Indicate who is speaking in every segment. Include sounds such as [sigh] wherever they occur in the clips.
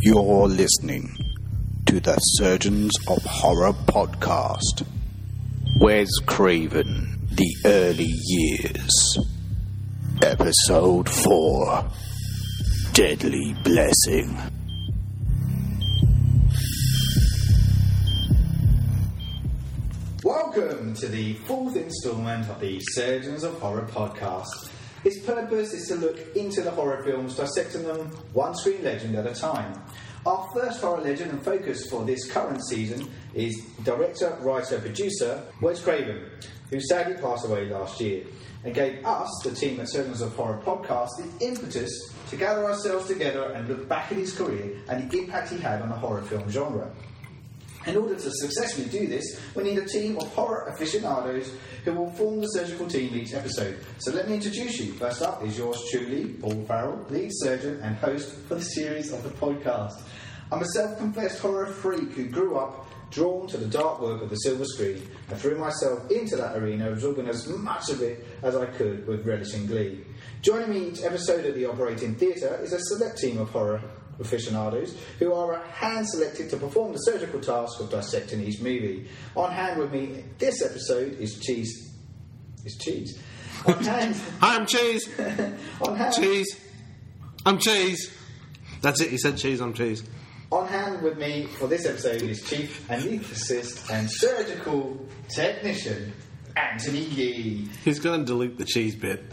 Speaker 1: You're listening to the Surgeons of Horror podcast. Wes Craven, The Early Years. Episode 4 Deadly Blessing.
Speaker 2: Welcome to the fourth instalment of the Surgeons of Horror podcast. Its purpose is to look into the horror films, dissecting them one screen legend at a time. Our first horror legend and focus for this current season is director, writer, producer Wes Craven, who sadly passed away last year, and gave us, the team at Surgeons of Horror podcast, the impetus to gather ourselves together and look back at his career and the impact he had on the horror film genre. In order to successfully do this, we need a team of horror aficionados who will form the surgical team each episode. So let me introduce you. First up is yours truly, Paul Farrell, lead surgeon and host for the series of the podcast. I'm a self confessed horror freak who grew up drawn to the dark work of the silver screen and threw myself into that arena, absorbing as much of it as I could with relish and glee. Joining me each episode at the Operating Theatre is a select team of horror aficionados who are hand selected to perform the surgical task of dissecting each movie. On hand with me this episode is Cheese. Is Cheese. On hand.
Speaker 3: Hi, I'm cheese.
Speaker 2: On hand.
Speaker 3: Cheese. I'm cheese. That's it. He said cheese. I'm cheese.
Speaker 2: On hand with me for this episode is Chief Anaesthetist and Surgical Technician Anthony Yee.
Speaker 3: He's going to delete the cheese bit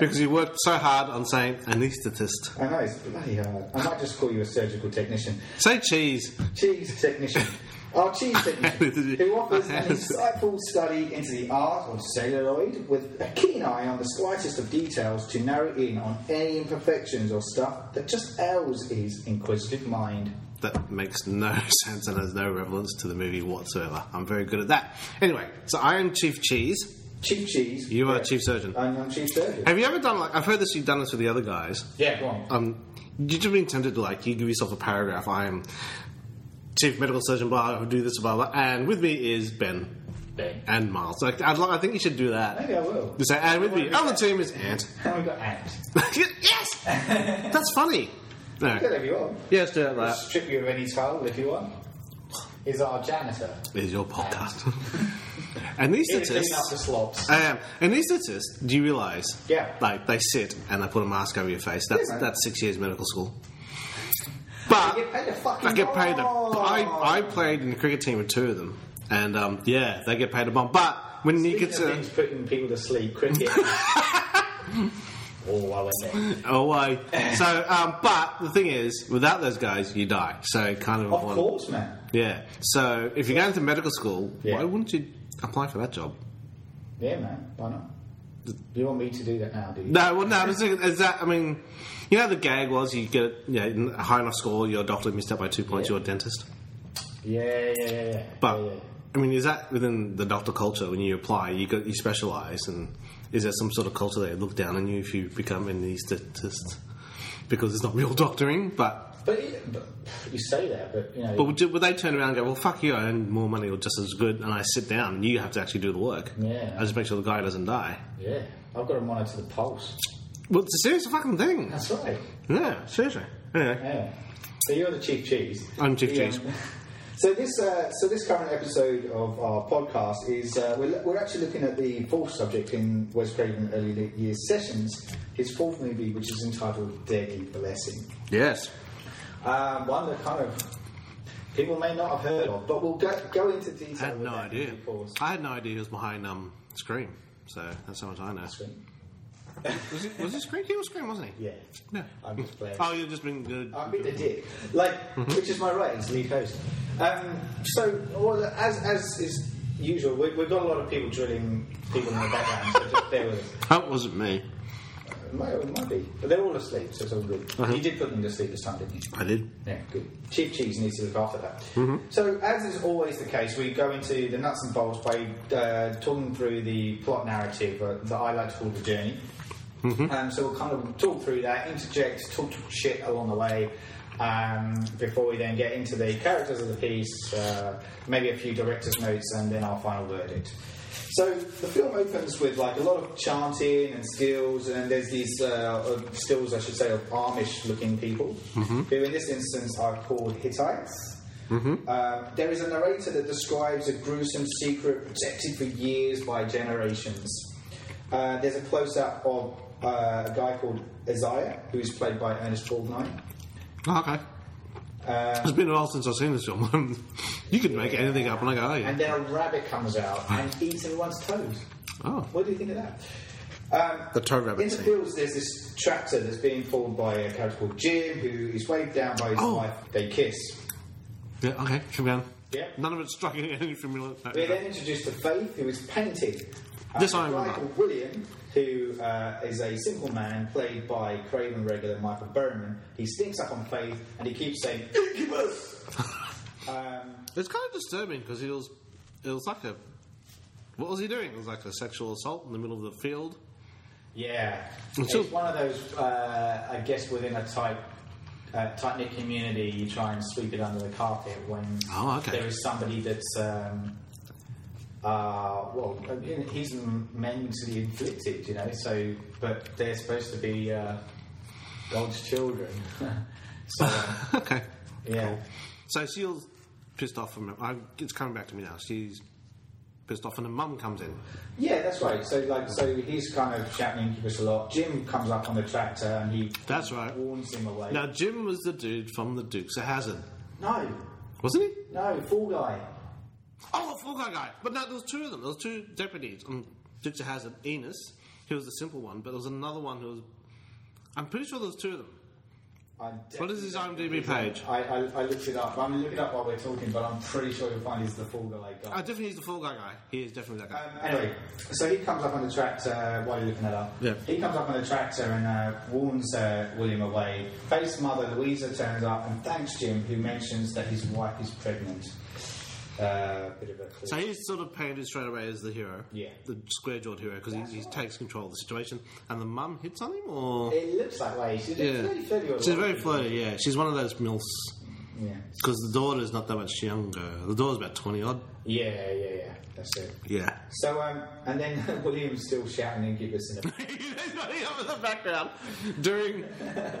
Speaker 3: because he worked so hard on saying anaesthetist.
Speaker 2: I know it's bloody hard. I might just call you a surgical technician.
Speaker 3: Say cheese.
Speaker 2: cheese technician.
Speaker 3: [laughs]
Speaker 2: Our cheese technician, who offers an insightful study into the art of celluloid with a keen eye on the slightest of details to narrow in on any imperfections or stuff that just ails his inquisitive mind.
Speaker 3: That makes no [laughs] sense and has no relevance to the movie whatsoever. I'm very good at that. Anyway, so I am Chief Cheese.
Speaker 2: Chief Cheese.
Speaker 3: You are Chief Surgeon.
Speaker 2: I'm, I'm Chief Surgeon.
Speaker 3: Have you ever done like I've heard this? You've done this with the other guys.
Speaker 2: Yeah, go on.
Speaker 3: Um, you just been tempted to like you give yourself a paragraph. I am Chief Medical Surgeon. Blah. Who do this? Blah. Blah. And with me is Ben
Speaker 2: Ben.
Speaker 3: and Miles. Like I'd, li- I think you should do that.
Speaker 2: Maybe I will.
Speaker 3: You say, and with me, on the team is Ant. [laughs]
Speaker 2: And we've got Ant.
Speaker 3: yes!
Speaker 2: [laughs]
Speaker 3: That's funny.
Speaker 2: Good
Speaker 3: No.
Speaker 2: if you want.
Speaker 3: Yes, do it right.
Speaker 2: Strip you of any title if you want. Is our janitor.
Speaker 3: Is your
Speaker 2: [laughs]
Speaker 3: podcast.
Speaker 2: He'll clean up the
Speaker 3: Anesthetists.
Speaker 2: slops.
Speaker 3: I am. Anesthetists, do you realise?
Speaker 2: Yeah.
Speaker 3: Like, they sit and they put a mask over your face. That's,
Speaker 2: Yeah, man.
Speaker 3: that's six years medical school. But.
Speaker 2: You get paid a fucking
Speaker 3: I get paid. A,
Speaker 2: bomb.
Speaker 3: I, I played in the cricket team with two of them, and um, yeah, they get paid a bomb. But when you
Speaker 2: Speaking
Speaker 3: get
Speaker 2: of
Speaker 3: to
Speaker 2: things putting people to
Speaker 3: [laughs]
Speaker 2: sleep, cricket. oh, I went there.
Speaker 3: oh, I so um, but the thing is, without those guys, you die. So it kind of
Speaker 2: Of
Speaker 3: one-
Speaker 2: course, man.
Speaker 3: Yeah. So if you're going to medical school,
Speaker 2: Yeah.
Speaker 3: why wouldn't you apply for that job?
Speaker 2: Yeah, man. Why not? You want me to do that now, do you?
Speaker 3: No, well, no. I'm just thinking, Is that? I mean, you know, the gag was you get you know, a high enough score, your doctor missed out by two points,
Speaker 2: Yeah.
Speaker 3: you're a dentist.
Speaker 2: Yeah, yeah, yeah, yeah.
Speaker 3: But
Speaker 2: yeah, yeah.
Speaker 3: I mean, is that within the doctor culture when you apply? You got you specialize, and is there some sort of culture that look down on you if you become an anesthetist? Because it's not real doctoring, but
Speaker 2: But, it- but you say that, but you know,
Speaker 3: but would, you- would they turn around and go, "Well, fuck you, I earn more money or just as good," and I sit down, and you have to actually do the work.
Speaker 2: Yeah.
Speaker 3: I just make sure the guy doesn't die.
Speaker 2: yeah, I've got to monitor the pulse.
Speaker 3: Well, it's a serious fucking thing.
Speaker 2: That's right.
Speaker 3: Yeah, seriously. Anyway,
Speaker 2: Yeah. So you're the chief cheese.
Speaker 3: I'm Chief
Speaker 2: Yeah. [laughs]
Speaker 3: Cheese.
Speaker 2: So this, uh, so this current episode of our podcast is uh, we're, we're actually looking at the fourth subject in Wes Craven early years sessions, his fourth movie, which is entitled Deadly Blessing,
Speaker 3: Yes.
Speaker 2: um, one that kind of people may not have heard of, but we'll go, go into detail.
Speaker 3: I had
Speaker 2: with
Speaker 3: no
Speaker 2: that in
Speaker 3: idea.
Speaker 2: due course.
Speaker 3: I had no idea he was behind um, Scream. So that's how much I know. Was it, was it Scream? He was Scream, wasn't he?
Speaker 2: Yeah,
Speaker 3: No.
Speaker 2: I'm just playing.
Speaker 3: Oh, you've just been good.
Speaker 2: I've been a dick, like, which is my right as lead host. Um, so, well, as as is usual, we, we've got a lot of people drilling people in the background, so just bear with us.
Speaker 3: That wasn't me.
Speaker 2: It might, it might be, but they're all asleep, so it's all good. You did put them to sleep this time, didn't you?
Speaker 3: I did.
Speaker 2: Yeah, good. Chief Cheese needs to look after that. So, as is always the case, we go into the nuts and bolts by uh, talking through the plot narrative uh, that I like to call the journey. Um, so we'll kind of talk through that, interject, talk shit along the way. Um, before we then get into the characters of the piece, uh, maybe a few director's notes, and then our final verdict. So the film opens with like a lot of chanting and skills, and there's these uh, uh, stills, I should say, of Amish-looking people, who in this instance are called Hittites. Um, there is a narrator that describes a gruesome secret protected for years by generations. Uh, there's a close-up of uh, a guy called Isaiah, who is played by Ernest Borgnine.
Speaker 3: Oh, okay.
Speaker 2: Um,
Speaker 3: it's been a while since I've seen this film. [laughs] you could make anything up, and I go, oh, yeah.
Speaker 2: And then a rabbit comes out and eats everyone's toes.
Speaker 3: Oh.
Speaker 2: What do you think of that? Um,
Speaker 3: The toe
Speaker 2: in
Speaker 3: rabbit
Speaker 2: the
Speaker 3: scene.
Speaker 2: fields, there's this tractor that's being pulled by a character called Jim, who is waved down by his
Speaker 3: Oh.
Speaker 2: wife. They kiss.
Speaker 3: Yeah, okay, come down.
Speaker 2: Yeah.
Speaker 3: None of it's striking [laughs] anything familiar. No,
Speaker 2: We're
Speaker 3: no.
Speaker 2: then introduced to Faith, who is painting. Uh,
Speaker 3: This
Speaker 2: a
Speaker 3: I
Speaker 2: guy
Speaker 3: remember.
Speaker 2: called William, who uh, is a simple man played by Craven regular Michael Berman. He stinks up on Faith and he keeps saying, Incubus! um,
Speaker 3: It's kind of disturbing because it was, it was like a. What was he doing? It was like a sexual assault in the middle of the field.
Speaker 2: Yeah,
Speaker 3: And so-
Speaker 2: it's one of those. Uh, I guess within a tight, uh, tight knit community, you try and sweep it under the carpet when
Speaker 3: Oh, okay.
Speaker 2: there is somebody that's. Um, uh, well, I mean, he's m- mentally inflicted, you know. So, but they're supposed to be uh, God's children. [laughs]
Speaker 3: [laughs]
Speaker 2: so, um,
Speaker 3: [laughs] okay.
Speaker 2: yeah,
Speaker 3: So Seal's pissed off. From, I, it's coming back to me now. She's pissed off, and her mum comes in.
Speaker 2: yeah, that's right. So, like, so he's kind of shouting incubus a lot. Jim comes up on the tractor and he
Speaker 3: That's right.
Speaker 2: warns him away.
Speaker 3: Now Jim was the dude from the Dukes of Hazard,
Speaker 2: no,
Speaker 3: wasn't he?
Speaker 2: no, Fall Guy.
Speaker 3: Oh, the Fall Guy guy. But no, there was two of them. There was two deputies on Dukes of Hazard. Enos, he was the simple one, but there was another one who was. I'm pretty sure there was two of them.
Speaker 2: I'm
Speaker 3: What is his
Speaker 2: definitely-
Speaker 3: IMDb page?
Speaker 2: I, I, I looked it up. I'm going to look it up while we're talking, but I'm pretty sure you'll find he's the fool that I
Speaker 3: I
Speaker 2: got.
Speaker 3: definitely he's the Fall Guy guy. He is definitely that guy.
Speaker 2: Um, anyway, so he comes up on the tractor while you're looking that up.
Speaker 3: Yeah.
Speaker 2: He comes up on the tractor and uh, warns uh, William away. Faith's mother, Louisa, turns up and thanks Jim, who mentions that his wife is pregnant. Uh, bit of a clue.
Speaker 3: So he's sort of painted straight away as the hero,
Speaker 2: Yeah.
Speaker 3: the square jawed hero, because he, he takes control of the situation. And the mum hits on him, or
Speaker 2: it looks that way. She's
Speaker 3: yeah,
Speaker 2: very flirty. with
Speaker 3: she's
Speaker 2: a lot
Speaker 3: very
Speaker 2: of people.
Speaker 3: flirty. Yeah, she's one of those milfs
Speaker 2: Yeah.
Speaker 3: because the daughter's not that much younger. The daughter's about twenty odd.
Speaker 2: yeah, yeah, yeah. That's it. [laughs]
Speaker 3: Yeah,
Speaker 2: So, um, and then [laughs] William's still shouting and give us in the
Speaker 3: he's not even in the background doing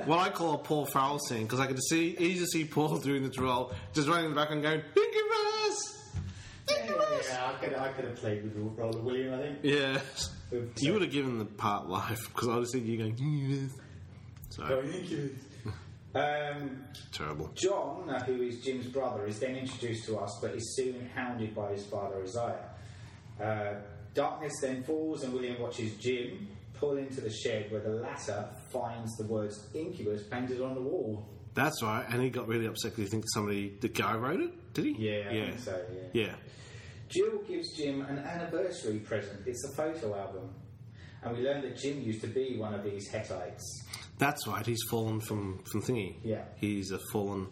Speaker 3: what I call a Paul Farrell scene because I could see easily see Paul [laughs] doing this role, just running in the background going Incubus.
Speaker 2: Yeah, I could, I could have played with Roller William, I think.
Speaker 3: Yeah,
Speaker 2: Oops.
Speaker 3: you would have given the part life because I would have seen you going Incubus. So
Speaker 2: Um,
Speaker 3: terrible.
Speaker 2: John, uh, who is Jim's brother, is then introduced to us, but is soon hounded by his father, Isaiah. Uh, darkness then falls, and William watches Jim pull into the shed where the latter finds the words incubus painted on the wall.
Speaker 3: That's right, and he got really upset because he thinks somebody, the guy wrote it, did he?
Speaker 2: Yeah, I
Speaker 3: yeah,
Speaker 2: think so, yeah.
Speaker 3: yeah.
Speaker 2: Jill gives Jim an anniversary present. It's a photo album. And we learn that Jim used to be one of these Hittites.
Speaker 3: That's right. He's fallen from from thingy.
Speaker 2: Yeah.
Speaker 3: he's a fallen,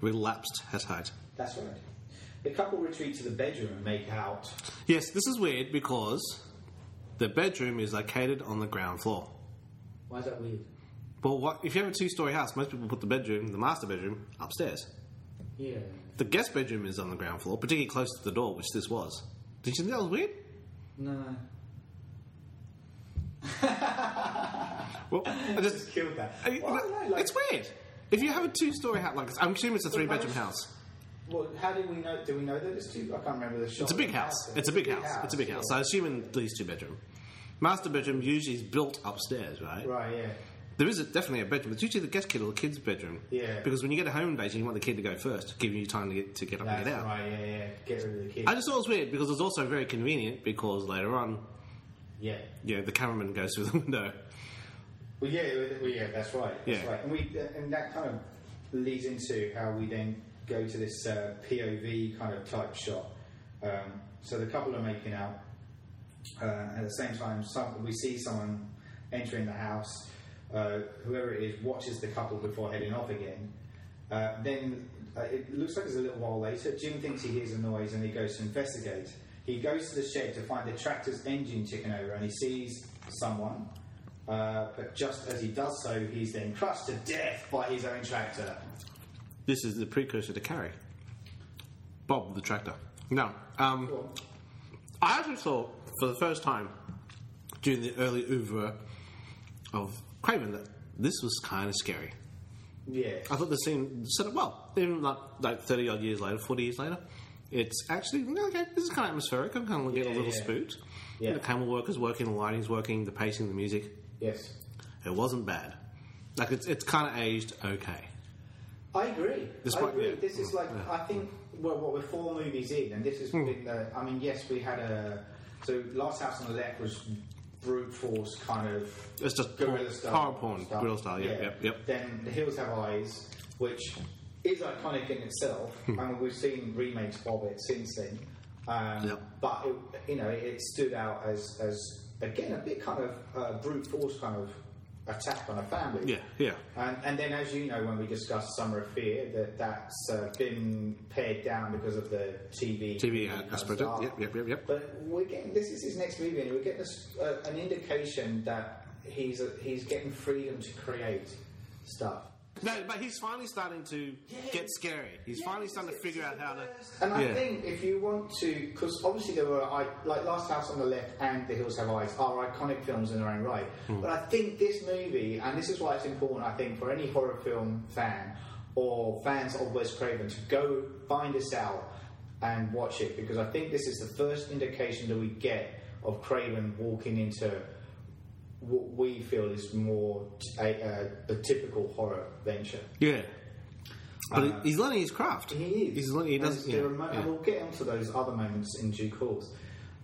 Speaker 3: relapsed Hittite.
Speaker 2: That's right. The couple retreat to the bedroom and make out. [laughs]
Speaker 3: Yes, this is weird because the bedroom is located on the ground floor.
Speaker 2: Why is that weird?
Speaker 3: But what if you have a two story house? Most people put the bedroom, the master bedroom, upstairs.
Speaker 2: Yeah.
Speaker 3: The guest bedroom is on the ground floor, particularly close to the door, which this was. Did you think that was weird?
Speaker 2: No.
Speaker 3: Well, I just
Speaker 2: Killed that.
Speaker 3: I-
Speaker 2: Well, I don't know, like-
Speaker 3: it's weird. If you have a two-story house, like I'm assuming it's a three-bedroom
Speaker 2: most-
Speaker 3: house.
Speaker 2: Well, how do we know? Do we know that it's two? I can't remember the shot.
Speaker 3: It's a big house. It's a big house. It's a big house. So I assume in these two bedroom. Master bedroom usually is built upstairs, right?
Speaker 2: Right. Yeah.
Speaker 3: There is a, definitely a bedroom. It's usually the guest kid or the kid's bedroom.
Speaker 2: Yeah.
Speaker 3: Because when you get a home invasion, you want the kid to go first, giving you time to get to get up and
Speaker 2: That's
Speaker 3: get out.
Speaker 2: right. Yeah. Yeah. Get rid of the kid.
Speaker 3: I just thought it was weird because it's also very convenient because later on,
Speaker 2: yeah.
Speaker 3: you know, the cameraman goes through the [laughs] window.
Speaker 2: Well, yeah. Well, yeah. That's right. That's
Speaker 3: Yeah.
Speaker 2: right. And we and that kind of leads into how we then go to this uh, POV kind of type shot. Um, so the couple are making out. Uh, at the same time, some, we see someone entering the house. Uh, whoever it is watches the couple before heading off again. Uh, then uh, it looks like it's a little while later. Jim thinks he hears a noise and he goes to investigate. He goes to the shed to find the tractor's engine ticking over and he sees someone. Uh, but just as he does so, he's then crushed to death by his own tractor.
Speaker 3: This is the precursor to Carrie. Bob the tractor. No. Um,
Speaker 2: Cool.
Speaker 3: I actually thought for the first time during the early oeuvre of Craven that this was kind of scary.
Speaker 2: Yeah.
Speaker 3: I thought the scene set up well. Even like, like 30 odd years later, 40 years later, it's actually, okay, this is kind of atmospheric. I'm kind of getting
Speaker 2: Yeah,
Speaker 3: a little
Speaker 2: yeah.
Speaker 3: spooked.
Speaker 2: Yeah.
Speaker 3: The camera work is working, the lighting's working, the pacing, the music.
Speaker 2: Yes.
Speaker 3: It wasn't bad. Like, it's, it's kind of aged okay.
Speaker 2: I agree. I
Speaker 3: Despite-
Speaker 2: agree.
Speaker 3: yeah. Hmm.
Speaker 2: This is like I think well, what we're four movies in, and this has been. The, I mean, yes, we had a so last house on the left was brute force kind of
Speaker 3: It's just
Speaker 2: guerrilla
Speaker 3: porn-
Speaker 2: style,
Speaker 3: horror porn, guerrilla style, yeah, yep, yep.
Speaker 2: Then the hills have eyes, which is iconic in itself,
Speaker 3: Hmm.
Speaker 2: and we've seen remakes of it since then. Um,
Speaker 3: Yep.
Speaker 2: But it, you know, it stood out as as again a bit kind of uh, brute force kind of attack on a family.
Speaker 3: Yeah, yeah.
Speaker 2: And, and then, as you know, when we discussed Summer of Fear, that that's uh, been pared down because of the TV
Speaker 3: TV
Speaker 2: kind of
Speaker 3: aspect,
Speaker 2: stuff.
Speaker 3: yep, yep, yep, yep.
Speaker 2: But we're getting this is his next movie, and we're getting this, uh, an indication that he's a, he's getting freedom to create stuff.
Speaker 3: No, but he's finally starting to get scary. He's finally starting to figure out how to.
Speaker 2: And I
Speaker 3: Yeah.
Speaker 2: think if you want to, because obviously there were I, like Last House on the Left and The Hills Have Eyes are iconic films in their own right. But I think this movie, and this is why it's important, I think, for any horror film fan or fans of Wes Craven to go find this out and watch it because I think this is the first indication that we get of Craven walking into what we feel is more t- a, a, a typical horror venture.
Speaker 3: Yeah. But he- he's learning his craft.
Speaker 2: He is.
Speaker 3: He's learning. He
Speaker 2: And
Speaker 3: doesn't.
Speaker 2: there
Speaker 3: Yeah,
Speaker 2: are mo-
Speaker 3: yeah.
Speaker 2: And we'll get onto those other moments in due course.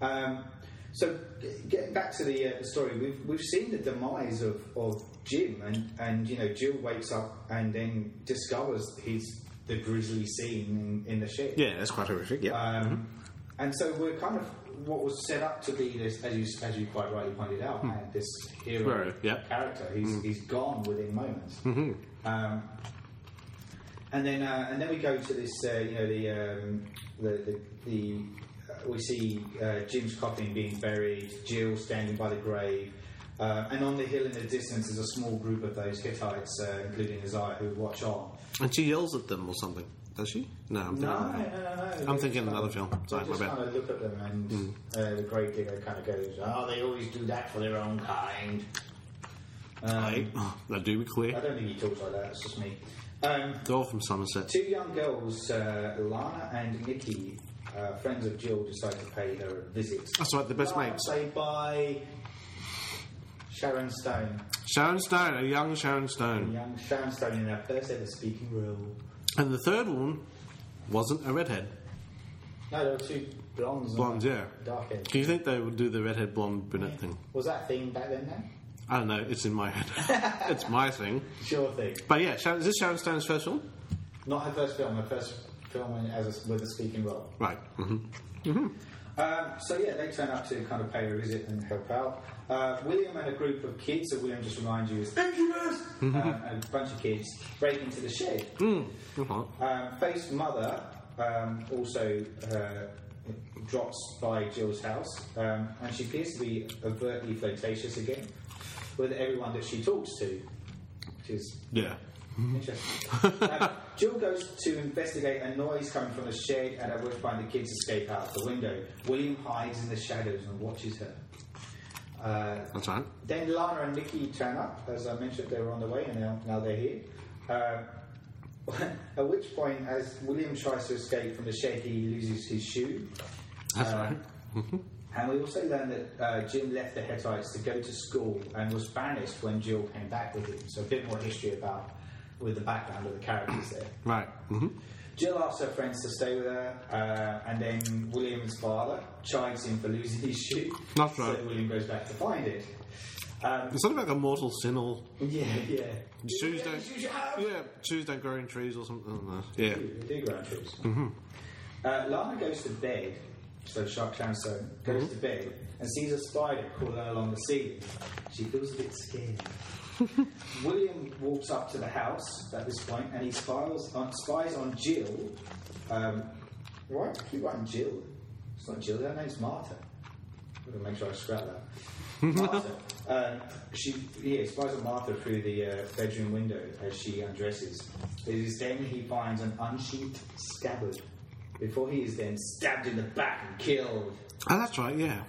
Speaker 2: Um, so, g- getting back to the, uh, the story, we've, we've seen the demise of, of Jim, and, and you know Jill wakes up and then discovers he's the grisly scene in, in the ship.
Speaker 3: Yeah, that's quite horrific. Yeah.
Speaker 2: Um, and so we're kind of what was set up to be this, as you as you quite rightly pointed out, and this hero
Speaker 3: Hero, yeah.
Speaker 2: character. He's he's gone within moments. Um, and then uh, and then we go to this, uh, you know, the um, the the. the uh, we see uh, Jim's coffin being buried, Jill standing by the grave, uh, and on the hill in the distance is a small group of those Hittites, uh, including Isaiah, who watch on.
Speaker 3: and she yells at them or something. Does she? No, I'm thinking.
Speaker 2: No,
Speaker 3: of
Speaker 2: no,
Speaker 3: that.
Speaker 2: no, no.
Speaker 3: I'm thinking another film. Sorry,
Speaker 2: I
Speaker 3: my
Speaker 2: just
Speaker 3: bad. Hmm.
Speaker 2: kind of look at them and uh, the grave digger kind of goes, "Oh, they always do that for their own kind." Um, I,
Speaker 3: Hey, oh, now do be clear.
Speaker 2: don't think he talks like that. It's just me. Um,
Speaker 3: They're all from Somerset.
Speaker 2: two young girls, uh, Lana and Nikki, uh, friends of Jill, decide to pay her a visit.
Speaker 3: That's right, the best
Speaker 2: Lana
Speaker 3: mates.
Speaker 2: Played by Sharon Stone.
Speaker 3: Sharon Stone, a young Sharon Stone.
Speaker 2: Young Sharon Stone in her first ever speaking role.
Speaker 3: And the third one wasn't a redhead.
Speaker 2: No, there were two blondes. and
Speaker 3: Blonde, yeah.
Speaker 2: Dark hair.
Speaker 3: Do you think they would do the redhead blonde brunette thing?
Speaker 2: Was that a thing back then? Then
Speaker 3: I don't know, it's in my
Speaker 2: [laughs]
Speaker 3: head. it's my thing.
Speaker 2: sure thing.
Speaker 3: But yeah, Sharon, is this Sharon Stone's first film?
Speaker 2: Not her first film, her first film in- as a, with a speaking role.
Speaker 3: Right. hmm
Speaker 2: Um, so yeah, they turn up to kind of pay a visit and help out. Uh, William and a group of kids, so William just reminds you is Angelus! uh, and a bunch of kids break into the shed.
Speaker 3: Hmm, Okay.
Speaker 2: Um, Faith's mother um, also uh, drops by Jill's house, um, and she appears to be overtly flirtatious again with everyone that she talks to, which is
Speaker 3: Yeah.
Speaker 2: Interesting. um, Jill goes to investigate a noise coming from the shed, and at which point the kids escape out the window. William hides in the shadows and watches her. Uh,
Speaker 3: That's right.
Speaker 2: then Lana and Nikki turn up, as I mentioned, they were on the way, and now, now they're here. Uh, [laughs] at which point, as William tries to escape from the shed, he loses his shoe.
Speaker 3: That's
Speaker 2: Uh,
Speaker 3: right. Mm-hmm.
Speaker 2: And we also learned that uh, Jim left the Hittites to go to school and was banished when Jill came back with him. So a bit more history about with the background of the characters there.
Speaker 3: Right. hmm
Speaker 2: Jill asks her friends to stay with her, uh, and then William's father chides him for losing his shoe.
Speaker 3: That's
Speaker 2: So
Speaker 3: right.
Speaker 2: William goes back to find it. Um,
Speaker 3: It's something like a mortal sin or
Speaker 2: yeah, yeah.
Speaker 3: shoes
Speaker 2: Yeah,
Speaker 3: don't.
Speaker 2: you should have-
Speaker 3: Yeah, shoes don't grow in trees or something. I don't know. Yeah.
Speaker 2: They do grow on trees. Uh, Lana goes to bed, so Shark Chanson goes to bed and sees a spider crawling along the ceiling. She feels a bit scared. William walks up to the house at this point and he spies on, spies on Jill. Um, why do I keep writing Jill? It's not Jill, her name's Marta. I'm going to make sure I scrap that. Marta. Um, she yeah, spies on Martha through the uh, bedroom window as she undresses. It is then he finds an unsheathed scabbard before he is then stabbed in the back and killed.
Speaker 3: Oh, that's right. Yeah.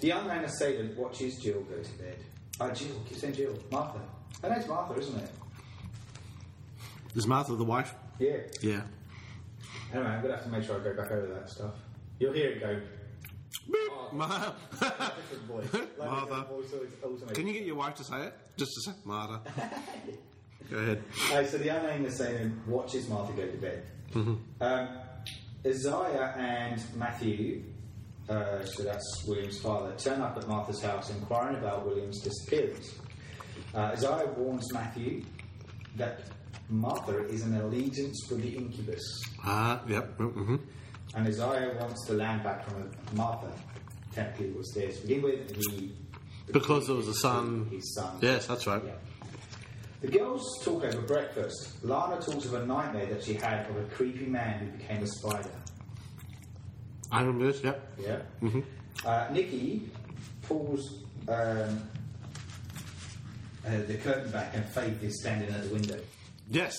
Speaker 2: The unknown assailant watches Jill go to bed. Oh, Jill. Keep saying Jill. Martha. Her name's Martha, isn't it?
Speaker 3: Is Martha the wife?
Speaker 2: Yeah.
Speaker 3: Yeah.
Speaker 2: Anyway, I'm gonna have to make sure I go back over that stuff. You'll hear it go. [laughs]
Speaker 3: Martha. [laughs]
Speaker 2: Different voice. Like
Speaker 3: Martha.
Speaker 2: different voice always- always-
Speaker 3: Can you get your wife to say it? Just to say,
Speaker 2: [laughs]
Speaker 3: Martha. Go ahead.
Speaker 2: Okay, so the unnamed assailant watches Martha go to bed.
Speaker 3: Mm-hmm.
Speaker 2: Um, Isaiah and Matthew, uh, so that's William's father, turn up at Martha's house inquiring about William's disappearance. Uh, Isaiah warns Matthew that Martha is an allegiance with the incubus,
Speaker 3: Ah, yep. Mm-hmm.
Speaker 2: and Isaiah wants the land back from Martha. Technically, was theirs to begin with. and He
Speaker 3: Because there was a son.
Speaker 2: his son.
Speaker 3: Yes, that's right.
Speaker 2: Yeah. The girls talk over breakfast. Lana talks of a nightmare that she had of a creepy man who became a spider.
Speaker 3: I remember this, yep.
Speaker 2: Yeah.
Speaker 3: Mm-hmm.
Speaker 2: Uh, Nikki pulls um, uh, the curtain back, and Faith is standing at the window.
Speaker 3: Yes.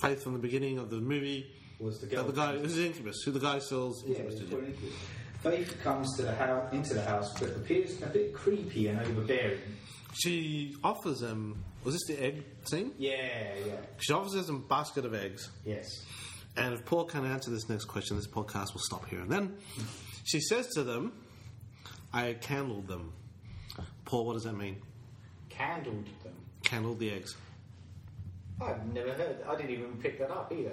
Speaker 3: Faith from the beginning of the movie.
Speaker 2: Was the
Speaker 3: Uh,
Speaker 2: girl?
Speaker 3: the guy this is Incubus, who the guy sells
Speaker 2: Yeah,
Speaker 3: Incubus to.
Speaker 2: Nikki. Faith comes to the house, into the house, but appears a bit creepy and overbearing.
Speaker 3: She offers him. Was this the egg scene?
Speaker 2: Yeah, yeah,
Speaker 3: She offers him a basket of eggs.
Speaker 2: yes.
Speaker 3: And if Paul can't answer this next question, this podcast will stop here. And then she says to them, I candled them. Paul, what does that mean?
Speaker 2: Candled them.
Speaker 3: Candled the eggs. [laughs]
Speaker 2: I've never heard. I didn't even pick that up either.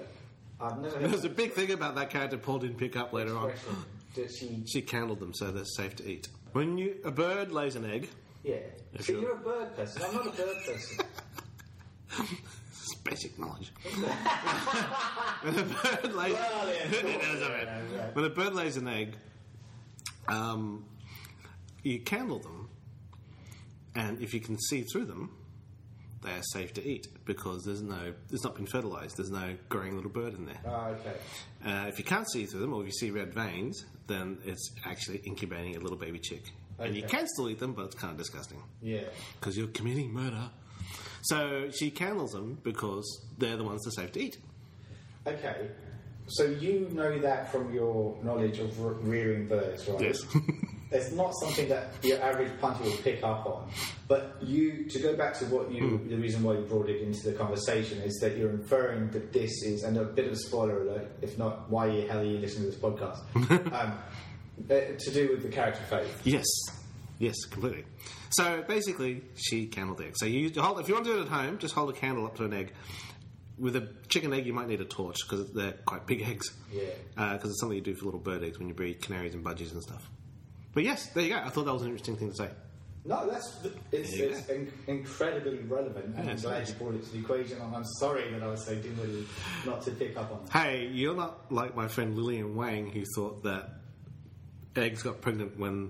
Speaker 2: I've never heard.
Speaker 3: There's a big thing about that character Paul didn't pick up later on.
Speaker 2: expression that she.
Speaker 3: She candled them, so they're safe to eat. When you a bird lays an egg,
Speaker 2: Yeah.
Speaker 3: If
Speaker 2: See,
Speaker 3: you're-
Speaker 2: you're a bird person. I'm not a bird person. [laughs]
Speaker 3: it's basic knowledge. [laughs] when a bird lays, [laughs]
Speaker 2: Well, yeah, of course.
Speaker 3: That's all right.
Speaker 2: Yeah, yeah.
Speaker 3: when a bird lays an egg, um, you candle them, and if you can see through them, they are safe to eat because there's no, it's not been fertilized. There's no growing little bird in there.
Speaker 2: Ah, okay.
Speaker 3: Uh, if you can't see through them, or if you see red veins, then it's actually incubating a little baby chick. And you
Speaker 2: Okay.
Speaker 3: can still eat them, but it's kind of disgusting
Speaker 2: Yeah.
Speaker 3: because you're committing murder. So she candles them because they're the ones that are safe to eat.
Speaker 2: Okay. So you know that from your knowledge of re- rearing birds, right? [laughs] It's not something that your average punter will pick up on. But you, to go back to what you,
Speaker 3: Hmm.
Speaker 2: the reason why you brought it into the conversation is that you're inferring that this is, and a bit of a spoiler alert, if not, why the hell are you listening to this podcast?
Speaker 3: [laughs]
Speaker 2: um, uh, to do with the character faith.
Speaker 3: yes. Yes, completely. So basically, she candled the egg. So you hold, if you want to do it at home, just hold a candle up to an egg. With a chicken egg, you might need a torch because they're quite big [laughs] eggs.
Speaker 2: Yeah.
Speaker 3: Because it's something you do for little bird eggs when you breed canaries and budgies and stuff. But yes, there you go. I thought that was an interesting thing to say.
Speaker 2: No, that's it's,
Speaker 3: Yeah.
Speaker 2: it's in, incredibly relevant, and I'm
Speaker 3: Yes,
Speaker 2: glad
Speaker 3: yes.
Speaker 2: you brought it to the equation. And I'm sorry that I was so dimly not to pick up on that.
Speaker 3: Hey, you're not like my friend Lillian Wang who thought that eggs got pregnant when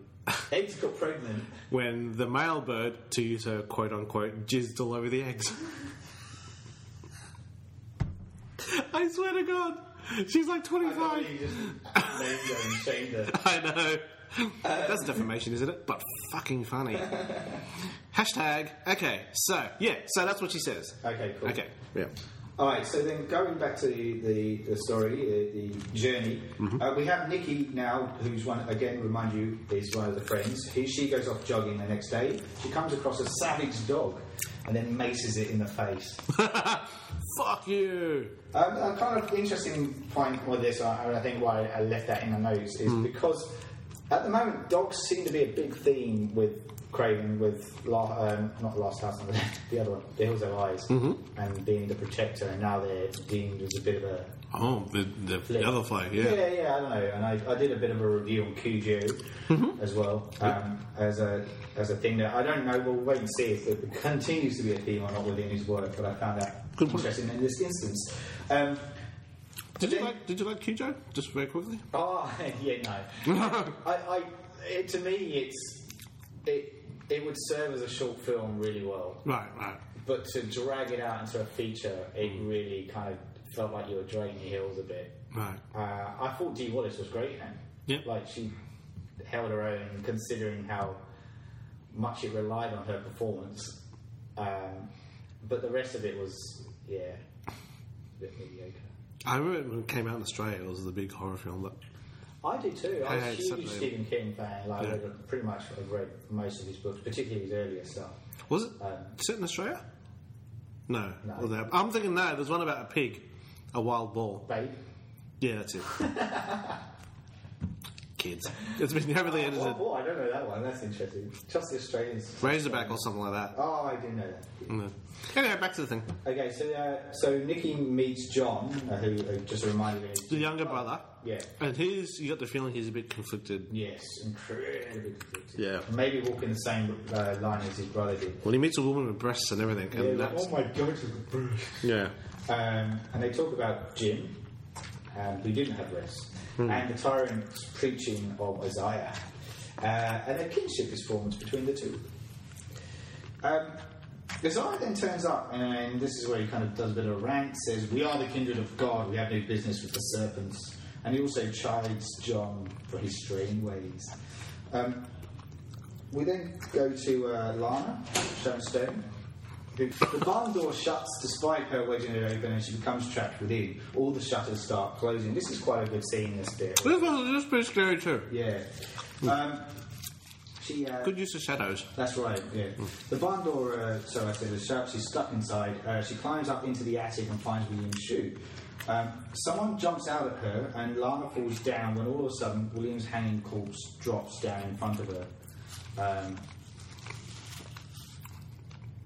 Speaker 2: Eggs got pregnant.
Speaker 3: when the male bird, to use her quote unquote, jizzed all over the
Speaker 2: [laughs]
Speaker 3: eggs. I swear to God, she's like
Speaker 2: I thought
Speaker 3: 25.
Speaker 2: you just named her and shamed her.
Speaker 3: [laughs] I know. That's defamation, isn't it? But fucking funny.
Speaker 2: [laughs]
Speaker 3: Hashtag. Okay, so, yeah, so that's what she says.
Speaker 2: Okay, cool.
Speaker 3: Okay, yeah.
Speaker 2: All right. So then, going back to the, the story, the, the journey, uh, we have Nikki now, who's one again. Remind you, is one of the friends. He, she goes off jogging the next day. She comes across a savage dog, and then maces it in the face.
Speaker 3: [laughs] Fuck you!
Speaker 2: Um, a kind of interesting point with this, I- and I think why I left that in the notes, is
Speaker 3: Hmm.
Speaker 2: because at the moment dogs seem to be a big theme with Craven, with la- um, not the last house, on the, the other one, The Hills Have Eyes,
Speaker 3: Mm-hmm.
Speaker 2: and being the protector, and now they're deemed as a bit of a
Speaker 3: Oh, the, the,
Speaker 2: flip.
Speaker 3: the other flag,
Speaker 2: yeah, I don't know. And I, I did a bit of a review on Cujo
Speaker 3: Mm-hmm.
Speaker 2: as well um, as a as a thing that I don't know. We'll wait and see if it continues to be a theme or not within his work. But I found that
Speaker 3: Good point.
Speaker 2: interesting in this instance. Um,
Speaker 3: Did you like Did you like Cujo? Just very quickly.
Speaker 2: Oh [laughs] yeah, no. I, I it, to me, it's it. It would serve as a short film really well,
Speaker 3: Right, right.
Speaker 2: but to drag it out into a feature, it really kind of felt like you were dragging your heels a bit.
Speaker 3: Right.
Speaker 2: Uh, I thought Dee Wallace was great in it.
Speaker 3: Yep.
Speaker 2: Like she held her own, considering how much it relied on her performance. Um, but the rest of it was, yeah, a bit mediocre.
Speaker 3: I remember when it came out in Australia, it was the big horror film that
Speaker 2: I do too. I'm
Speaker 3: Hey,
Speaker 2: a
Speaker 3: hey,
Speaker 2: huge
Speaker 3: suddenly-
Speaker 2: Stephen King fan. Like,
Speaker 3: Yeah.
Speaker 2: I read, pretty much I've read most of his books, particularly his earlier stuff.
Speaker 3: Was it
Speaker 2: Um,
Speaker 3: set in Australia? No. Well, there- I'm thinking no. There's one about a pig, a wild boar.
Speaker 2: Babe.
Speaker 3: Yeah, that's it. Kids, it's been heavily
Speaker 2: Oh,
Speaker 3: edited.
Speaker 2: oh, I don't know that one. That's interesting. Just the Australians.
Speaker 3: Razorback or something like that.
Speaker 2: Oh, I do know that.
Speaker 3: No. Anyway, back to the thing.
Speaker 2: Okay, so uh, so Nikki meets John, uh, who uh, just reminded me.
Speaker 3: The younger brother.
Speaker 2: Yeah.
Speaker 3: And he's you got the feeling he's a bit conflicted.
Speaker 2: Yes, incredibly conflicted.
Speaker 3: Yeah.
Speaker 2: Maybe walking the same uh, line as his brother did.
Speaker 3: When he meets a woman with breasts and everything,
Speaker 2: Yeah,
Speaker 3: and
Speaker 2: like,
Speaker 3: that's
Speaker 2: oh my god, it's a bruise.
Speaker 3: yeah.
Speaker 2: Um, and they talk about Jim, um, who didn't have rest, and the tyrant's preaching of Isaiah. Uh, and a kinship is formed between the two. Um, Isaiah then turns up, and this is where he kind of does a bit of a rant, says, We are the kindred of God, we have no business with the serpents. And he also chides John for his strange ways. Um, we then go to uh, Lana, Sharon Stone. who- The barn door shuts despite her wedging it open and she becomes trapped within. All the shutters start closing. This is quite a good scene, this bit.
Speaker 3: This was, this was pretty scary too.
Speaker 2: Yeah. Um, she, uh,
Speaker 3: Good use of shadows.
Speaker 2: that's right, yeah. The barn door, uh, so I said, is shut. She's stuck inside. Uh, she climbs up into the attic and finds William's shoe. Um, someone jumps out at her, and Lana falls down when all of a sudden William's hanging corpse drops down in front of her. Um,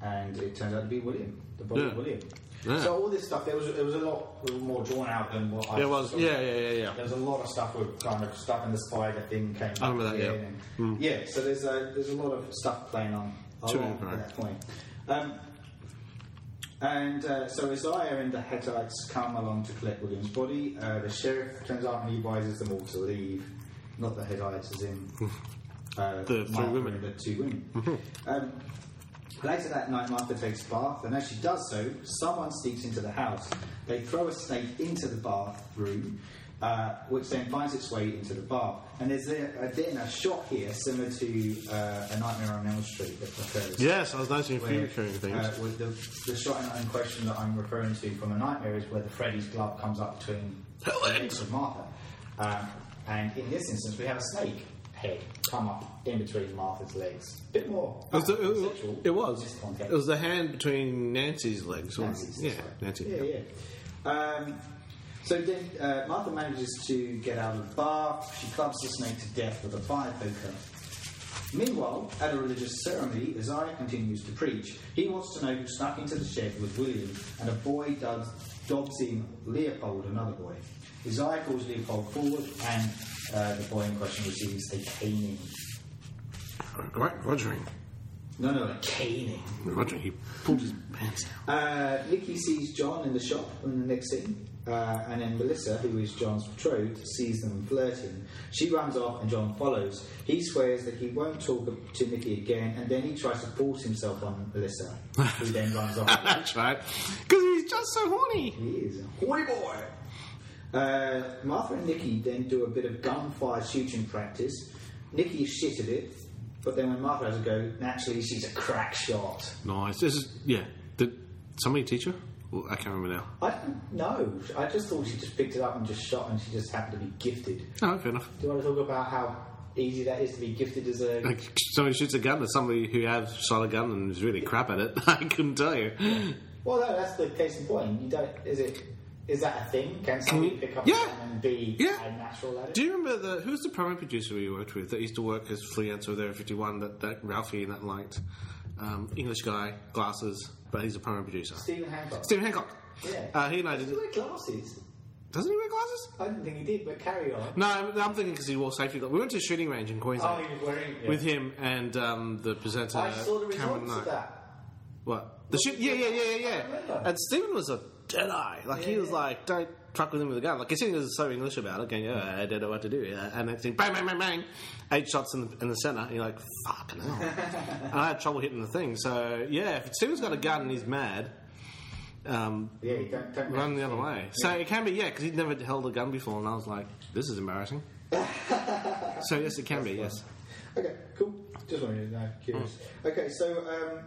Speaker 2: and it turns out to be William, the body
Speaker 3: Yeah.
Speaker 2: of William.
Speaker 3: Yeah.
Speaker 2: So all this stuff, there was, it was a lot more drawn out than what I
Speaker 3: There was
Speaker 2: saw.
Speaker 3: yeah yeah yeah yeah.
Speaker 2: There's a lot of stuff with kind of stuff in the spider thing came.
Speaker 3: I remember
Speaker 2: back
Speaker 3: that,
Speaker 2: in
Speaker 3: yeah. Mm.
Speaker 2: and- Yeah. So there's a there's a lot of stuff playing on
Speaker 3: Too
Speaker 2: along
Speaker 3: right.
Speaker 2: at that point. Um, and uh, so Isaiah and the Hittites come along to collect William's body. Uh, the sheriff turns up and he advises them all to leave. Not the Hittites, as
Speaker 3: [laughs]
Speaker 2: in uh,
Speaker 3: The three
Speaker 2: Martha
Speaker 3: women. Mm-hmm.
Speaker 2: and The two women. um, Later that night, Martha takes a bath, and as she does so, someone sneaks into the house. They throw a snake into the bathroom, uh, which then finds its way into the bath. And there's a, a, then a shot here similar to uh, A Nightmare on Elm Street that occurs.
Speaker 3: Yes, I was noticing a few
Speaker 2: Where,
Speaker 3: recurring
Speaker 2: uh,
Speaker 3: things.
Speaker 2: with the, the shot in in question that I'm referring to from A Nightmare is where the Freddy's glove comes up between
Speaker 3: Her
Speaker 2: the
Speaker 3: legs.
Speaker 2: legs of Martha. Um, and in this instance, we have a snake head come up in between Martha's legs. bit more
Speaker 3: It was, the, it, was-
Speaker 2: sexual
Speaker 3: it
Speaker 2: in this
Speaker 3: was.
Speaker 2: context.
Speaker 3: It was the hand between Nancy's legs. wasn't it?
Speaker 2: Nancy's,
Speaker 3: yeah,
Speaker 2: that's right.
Speaker 3: Nancy.
Speaker 2: Yeah, yeah. Um, so then uh, Martha manages to get out of the bath. She clubs the snake to death with a fire poker. Meanwhile, at a religious ceremony, Isaiah continues to preach. He wants to know who snuck into the shed with William, and a boy does, dogs in Leopold, another boy. Isaiah calls Leopold forward, and uh, the boy in question receives a caning.
Speaker 3: Right, Rogering.
Speaker 2: No, no, a caning.
Speaker 3: Roger, he pulled his pants out.
Speaker 2: Uh, Nikki sees John in the shop in the next scene, uh, and then Melissa, who is John's betrothed, sees them flirting. She runs off, and John follows. He swears that he won't talk to Nikki again, and then he tries to force himself on Melissa, who then runs off.
Speaker 3: [laughs] That's right. Because he's just so horny.
Speaker 2: he is a horny boy. Uh, Martha and Nikki then do a bit of gunfire shooting practice. Nikki is shit at it, but then when Martha has a go, naturally she's a crack shot.
Speaker 3: Nice. This is yeah. Did somebody teach her? Well, I can't remember now.
Speaker 2: I don't know. I just thought she just picked it up and just shot, and she just happened to be gifted.
Speaker 3: Oh, fair enough.
Speaker 2: Do you want to talk about how easy that is to be gifted as a?
Speaker 3: Like somebody shoots a gun at somebody who has shot a gun and is really crap at it. [laughs] I couldn't tell you.
Speaker 2: Well, no, that's the case in point. You don't. Is it? Is that a thing? Can somebody
Speaker 3: you-
Speaker 2: pick up
Speaker 3: Yeah.
Speaker 2: a gun and be
Speaker 3: Yeah.
Speaker 2: a natural at it?
Speaker 3: Do you remember the who's the promo producer we worked with that used to work as freelancer with Area 51 that, that Ralphie and that liked? Um, English guy, glasses, but he's a promo producer.
Speaker 2: Stephen Hancock.
Speaker 3: Stephen Hancock.
Speaker 2: Yeah.
Speaker 3: Uh, he and I
Speaker 2: Does he
Speaker 3: didn't.
Speaker 2: wear glasses?
Speaker 3: Doesn't he wear glasses?
Speaker 2: I didn't think he did, but carry on.
Speaker 3: No, I'm, I'm thinking because he wore safety glasses. We went to a shooting range in
Speaker 2: Oh,
Speaker 3: Queensland
Speaker 2: he was wearing. Yeah.
Speaker 3: with him and um, the presenter
Speaker 2: I saw the
Speaker 3: Cameron
Speaker 2: results
Speaker 3: Knight.
Speaker 2: of that.
Speaker 3: What? The shoot? Yeah, yeah, yeah, yeah,
Speaker 2: I
Speaker 3: yeah.
Speaker 2: remember.
Speaker 3: And Stephen was a dead eye. Like he
Speaker 2: Yeah.
Speaker 3: was like, "Don't truck with him with a gun." Like he was so English about it, going, "Oh, I don't know what to do." Yeah. And next thing, bang, bang, bang, bang, eight shots in the, in the center. And you're like, "Fucking
Speaker 2: [laughs]
Speaker 3: hell!" and I had trouble hitting the thing. So yeah, if Stephen's got a gun and he's mad, um,
Speaker 2: Yeah, you don't, don't
Speaker 3: run the other way. So it can be yeah, because he'd never held a gun before, and I was like, "This is embarrassing."
Speaker 2: [laughs]
Speaker 3: so yes, it can be yes.
Speaker 2: Okay, cool.
Speaker 3: Hmm.
Speaker 2: Just wanted to know. Curious. Okay, so um,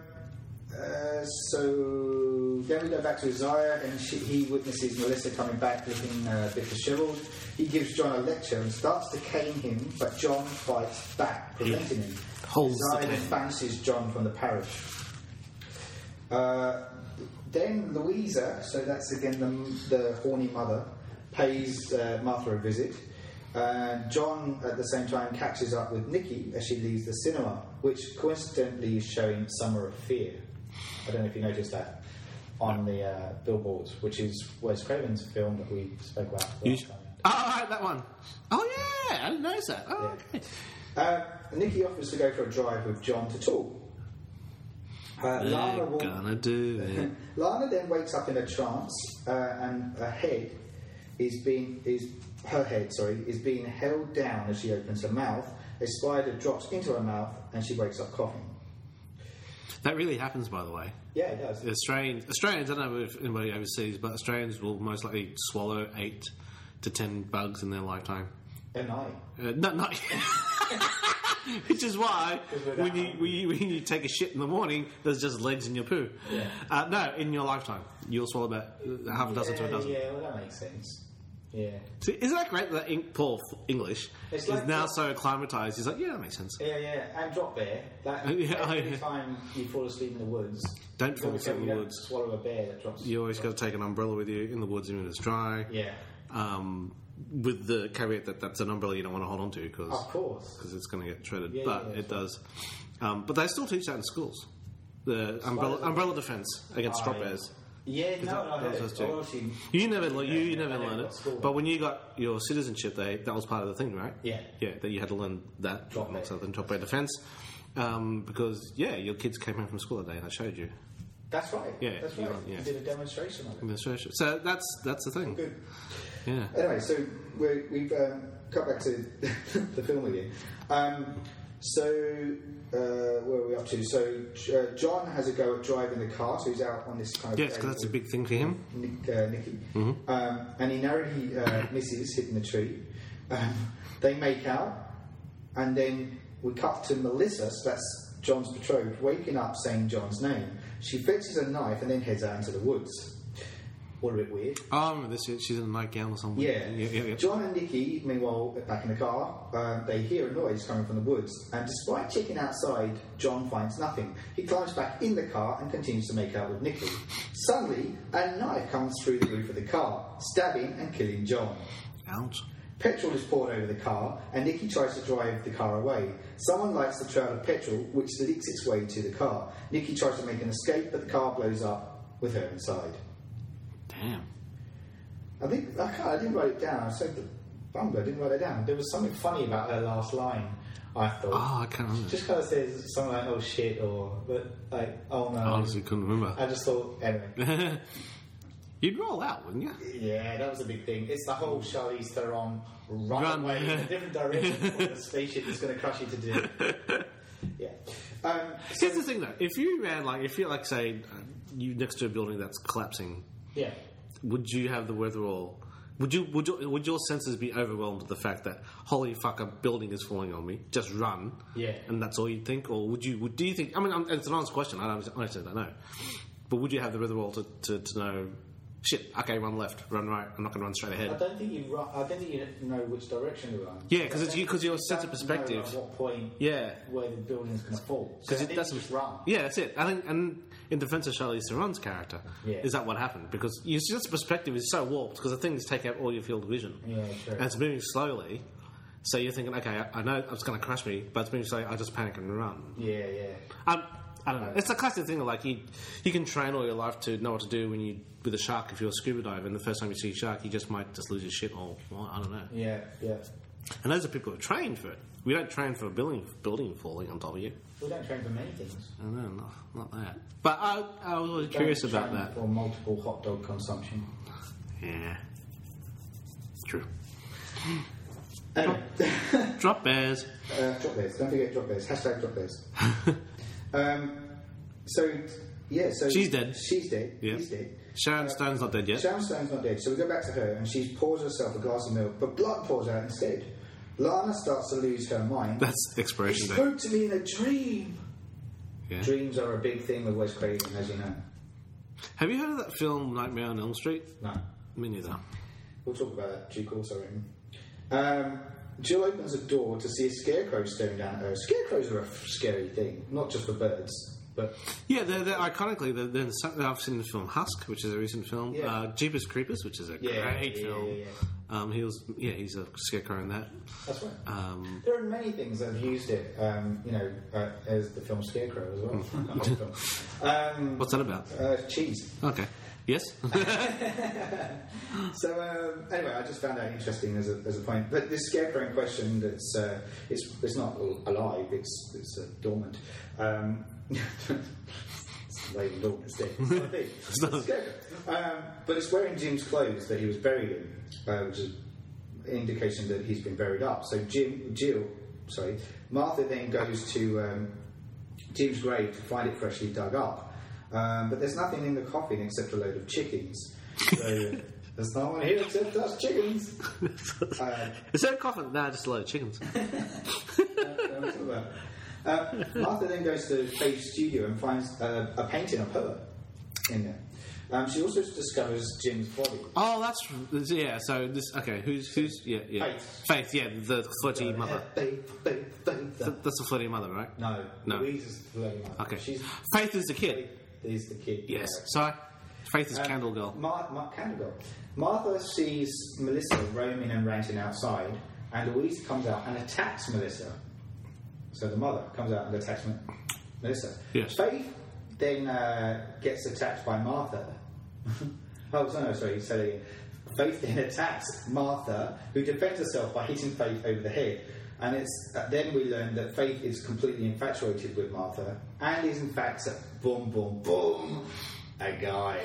Speaker 2: uh, so then we go back to Isaiah, and she, he witnesses Melissa coming back looking uh, a bit disheveled. He gives John a lecture and starts to cane him, but John fights back, preventing him.
Speaker 3: holds the
Speaker 2: Isaiah
Speaker 3: cane.
Speaker 2: fancies John from the parish. Uh, then Louisa, so that's again the, the horny mother, pays uh, Martha a visit. Uh, John, at the same time, catches up with Nikki as she leaves the cinema, which coincidentally is showing Summer of Fear. I don't know if you noticed that on the uh, billboards, which is Wes Craven's film that we spoke about. last
Speaker 3: You sh-
Speaker 2: time.
Speaker 3: oh, right, that one. Oh, yeah, I didn't notice that. Oh,
Speaker 2: Yeah.
Speaker 3: okay.
Speaker 2: Uh, Nikki offers to go for a drive with John to talk. Uh, Lana
Speaker 3: They're
Speaker 2: walks-
Speaker 3: gonna do it.
Speaker 2: Lana then wakes up in a trance, uh, and her head is being is her head sorry is being held down as she opens her mouth. A spider drops into her mouth, and she wakes up coughing.
Speaker 3: That really happens, by the way.
Speaker 2: Yeah, it does.
Speaker 3: Australians, Australians, I don't know if anybody overseas, but Australians will most likely swallow eight to ten bugs in their lifetime.
Speaker 2: And I.
Speaker 3: Uh, no, [laughs] not Which is why
Speaker 2: 'Cause we're that
Speaker 3: when you,
Speaker 2: hungry.
Speaker 3: when, you, when you take a shit in the morning, there's just legs in your poo.
Speaker 2: Yeah.
Speaker 3: Uh, no, in your lifetime, you'll swallow about uh, half a dozen to a
Speaker 2: yeah,
Speaker 3: dozen.
Speaker 2: yeah, well that makes sense. Yeah,
Speaker 3: See, isn't that great that Ink Paul f- English
Speaker 2: It's
Speaker 3: is
Speaker 2: like
Speaker 3: now
Speaker 2: the-
Speaker 3: so acclimatized? He's like, yeah, that makes sense.
Speaker 2: yeah, yeah. And drop bear. That
Speaker 3: [laughs] Yeah,
Speaker 2: every
Speaker 3: yeah.
Speaker 2: time you fall asleep in the woods,
Speaker 3: Don't
Speaker 2: you've
Speaker 3: fall
Speaker 2: got to
Speaker 3: asleep in
Speaker 2: you
Speaker 3: the
Speaker 2: don't
Speaker 3: woods.
Speaker 2: Swallow a bear that drops.
Speaker 3: You always got to take an umbrella with you in the woods even if it's dry.
Speaker 2: Yeah,
Speaker 3: Um, with the caveat that that's an umbrella you don't want to hold on to because
Speaker 2: of course.
Speaker 3: because it's going to get shredded.
Speaker 2: Oh. Yeah,
Speaker 3: but
Speaker 2: yeah, yeah,
Speaker 3: it does. Um, but they still teach that in schools. The umbrella,
Speaker 2: Spiders.
Speaker 3: umbrella defense against drop
Speaker 2: Oh, yeah.
Speaker 3: bears.
Speaker 2: Yeah, no,
Speaker 3: that-
Speaker 2: I
Speaker 3: that
Speaker 2: heard
Speaker 3: was us
Speaker 2: it.
Speaker 3: too.
Speaker 2: Or else you-
Speaker 3: You never, le- you,
Speaker 2: Yeah,
Speaker 3: you
Speaker 2: yeah,
Speaker 3: never
Speaker 2: I
Speaker 3: learned
Speaker 2: never
Speaker 3: it.
Speaker 2: got school.
Speaker 3: But when you got your citizenship, they that was part of the thing, right?
Speaker 2: Yeah.
Speaker 3: yeah, that you had to learn that
Speaker 2: Drop
Speaker 3: amongst
Speaker 2: bear.
Speaker 3: other than drop bear defense. Um, because yeah, your kids came home from school that day and I showed you.
Speaker 2: That's right.
Speaker 3: Yeah,
Speaker 2: that's
Speaker 3: you
Speaker 2: right.
Speaker 3: are, yeah.
Speaker 2: You did a demonstration on it.
Speaker 3: Administration. So that's that's the thing.
Speaker 2: Good.
Speaker 3: Yeah.
Speaker 2: Anyway, so we're, we've um, got back to [laughs] the film again. Um, so uh, where are we up to? So uh, John has a go at driving the car, so he's out on this kind of
Speaker 3: Yes,
Speaker 2: day
Speaker 3: because that's a
Speaker 2: with
Speaker 3: big thing for him.
Speaker 2: Nick, uh, Nicky, um, and he narrowly uh, misses hitting the tree. Um, they make out, and then we cut to Melissa. So that's John's betrothed waking up, saying John's name. She fetches a knife and then heads out into the woods. All a bit weird.
Speaker 3: Oh, I remember this. She's in a nightgown or something.
Speaker 2: Yeah.
Speaker 3: yeah, yeah, yeah.
Speaker 2: John and Nikki, meanwhile, are back in the car, uh, they hear a noise coming from the woods, and despite checking outside, John finds nothing. He climbs back in the car and continues to make out with Nikki. Suddenly, a knife comes through the roof of the car, stabbing and killing John.
Speaker 3: Ouch.
Speaker 2: Petrol is poured over the car, and Nikki tries to drive the car away. Someone lights the trail of petrol, which leaks its way to the car. Nikki tries to make an escape, but the car blows up with her inside.
Speaker 3: Damn.
Speaker 2: I think I, can't, I didn't write it down. I said the bungler. I didn't write it down. There was something funny about her last line. I thought
Speaker 3: Oh, I can't remember.
Speaker 2: just kind of says something like "oh shit" or but like "oh no."
Speaker 3: I honestly couldn't remember.
Speaker 2: I just thought anyway.
Speaker 3: [laughs] You'd roll out, wouldn't you?
Speaker 2: Yeah, that was a big thing. It's the whole Charlize Theron run,
Speaker 3: Run.
Speaker 2: away
Speaker 3: [laughs]
Speaker 2: in a different direction from the spaceship that's going to crash into death. Yeah. Um, so,
Speaker 3: Here's the thing, though. If you ran, like, if you're, like, say, uh, you next to a building that's collapsing,
Speaker 2: yeah.
Speaker 3: would you have the witherall? Would you would your, would your senses be overwhelmed with the fact that holy fuck a building is falling on me? Just run,
Speaker 2: Yeah.
Speaker 3: and that's all you'd think, or would you? Would, do you think? I mean, um, it's an honest question. I don't understand. I know, but would you have the witherall to, to, to know? Shit. Okay, run left, run right. I'm not going to run straight
Speaker 2: I
Speaker 3: ahead.
Speaker 2: don't think you. Ru- I don't think you know which direction to run.
Speaker 3: Yeah, 'cause it's-
Speaker 2: You
Speaker 3: 'cause your sense of
Speaker 2: don't know
Speaker 3: perspective.
Speaker 2: At what point?
Speaker 3: Yeah,
Speaker 2: Where the building's going to fall? So I
Speaker 3: Because
Speaker 2: think
Speaker 3: that's
Speaker 2: you just run.
Speaker 3: Yeah, that's it. I think, and in defense of Charlize Theron's character,
Speaker 2: Yeah.
Speaker 3: is that what happened? Because your sense of perspective is so warped because the things take out all your field of vision.
Speaker 2: Yeah, true.
Speaker 3: And it's moving slowly, so you're thinking, okay, I, I know it's going to crash me, but it's moving slowly. I just panic and run.
Speaker 2: Yeah, yeah.
Speaker 3: Um, I don't know. It's the classic thing of like you, you can train all your life to know what to do when you with a shark if you're a scuba diver, and the first time you see a shark, you just might just lose your shit or well, I don't know.
Speaker 2: Yeah, yeah.
Speaker 3: And those are people who are trained for it. We don't train for a building building falling on top of you.
Speaker 2: We don't train for many things.
Speaker 3: I don't know, not, not that. But I, I was always curious
Speaker 2: Don't
Speaker 3: about
Speaker 2: train
Speaker 3: that.
Speaker 2: For multiple hot dog consumption.
Speaker 3: Yeah. True. Um,
Speaker 2: Anyway,
Speaker 3: Drop bears.
Speaker 2: uh, drop bears. Don't forget drop bears. Hashtag drop bears.
Speaker 3: [laughs]
Speaker 2: um, so, yeah, so.
Speaker 3: She's dead.
Speaker 2: She's dead.
Speaker 3: Yeah.
Speaker 2: He's dead.
Speaker 3: Sharon Stone's not dead yet.
Speaker 2: Sharon Stone's not dead, so we go back to her, and she pours herself a glass of milk, but blood pours out instead. Lana starts to lose her mind.
Speaker 3: That's
Speaker 2: He
Speaker 3: expiration date.
Speaker 2: spoke to me in a dream.
Speaker 3: Yeah.
Speaker 2: Dreams are a big thing with Wes Craven, as you know.
Speaker 3: Have you heard of that film Nightmare on Elm Street?
Speaker 2: No.
Speaker 3: Me neither.
Speaker 2: We'll talk about that due course, I reckon. Um, Jill opens a door to see a scarecrow staring down at her. Scarecrows are a f- scary thing, not just for birds, but
Speaker 3: Yeah, they're, they're iconically. They're, they're some, I've seen the film Husk, which is a recent film.
Speaker 2: Yeah.
Speaker 3: Uh, Jeepers Creepers, which is a
Speaker 2: Yeah,
Speaker 3: great
Speaker 2: yeah,
Speaker 3: film.
Speaker 2: yeah, yeah.
Speaker 3: Um, he was yeah, he's a scarecrow in that.
Speaker 2: that's right.
Speaker 3: Um,
Speaker 2: There are many things that have used it, um, you know, uh, as the film Scarecrow as well. um,
Speaker 3: what's that about?
Speaker 2: uh, cheese.
Speaker 3: Okay. Yes. [laughs]
Speaker 2: So um, anyway, I just found that interesting as a, as a point. But this scarecrow in question, that's uh, it's it's not al- alive. It's it's uh, dormant. Um, [laughs] it's laying dormant. It's dead. It's not a thing. It's a scarecrow. Um, but it's wearing Jim's clothes that he was buried in, uh, which is an indication that he's been buried up. So Jim, Jill, sorry, Martha then goes to um, Jim's grave to find it freshly dug up. Um, but there's nothing in the coffin except a load of chickens.
Speaker 3: [laughs]
Speaker 2: So there's no one here except us chickens. Uh,
Speaker 3: is there a coffin? Nah, just a load of chickens.
Speaker 2: that was all that. Uh, Martha then goes to Faith's studio and finds uh, a painting of her in there. Um, she also discovers Jim's body.
Speaker 3: Oh, that's yeah. So this okay. Who's who's yeah yeah
Speaker 2: Faith.
Speaker 3: Faith yeah the flirty mother.
Speaker 2: Faith, Faith, Faith.
Speaker 3: Th- That's the flirty mother, right?
Speaker 2: No,
Speaker 3: No.
Speaker 2: Louise is the lady.
Speaker 3: Okay.
Speaker 2: She's
Speaker 3: Faith is the kid.
Speaker 2: He's the kid.
Speaker 3: Yes.
Speaker 2: Yeah. Uh,
Speaker 3: Sorry. Faith is Candle Girl.
Speaker 2: Um, Mar- Mar- Candle. Martha sees Melissa roaming and ranting outside, and Louise comes out and attacks Melissa. So the mother comes out and attacks Me- Melissa.
Speaker 3: Yes.
Speaker 2: Faith then uh, gets attacked by Martha. [laughs] oh, no, no, sorry, said it again. Faith then attacks Martha, who defends herself by hitting Faith over the head. And it's uh, then we learn that Faith is completely infatuated with Martha and is in fact a boom, boom, boom, a guy.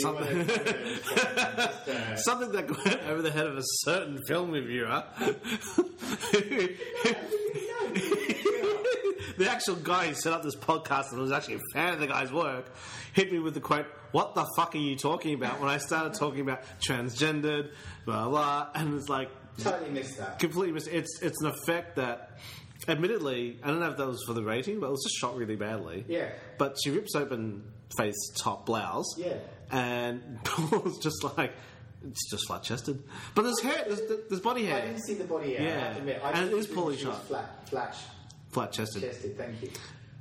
Speaker 3: Something-
Speaker 2: Just, uh,
Speaker 3: Something that went [laughs] over the head of a certain film reviewer. [laughs] the actual guy who set up this podcast and was actually a fan of the guy's work hit me with the quote, What the fuck are you talking about? when I started talking about transgendered, blah, blah, and it's like,
Speaker 2: totally missed that.
Speaker 3: completely mis- it's it's an effect that admittedly I don't know if that was for the rating but it was just shot really badly
Speaker 2: Yeah.
Speaker 3: but she rips open Faith's top blouse
Speaker 2: Yeah.
Speaker 3: and [laughs] Paul's just like it's just flat chested but there's hair there's, there's body
Speaker 2: I
Speaker 3: hair
Speaker 2: didn't see the body yet. I have to admit. I
Speaker 3: And it
Speaker 2: just
Speaker 3: is
Speaker 2: assumed
Speaker 3: poorly
Speaker 2: she was
Speaker 3: shot.
Speaker 2: Flat, flash,
Speaker 3: flat chested
Speaker 2: chested. Thank you.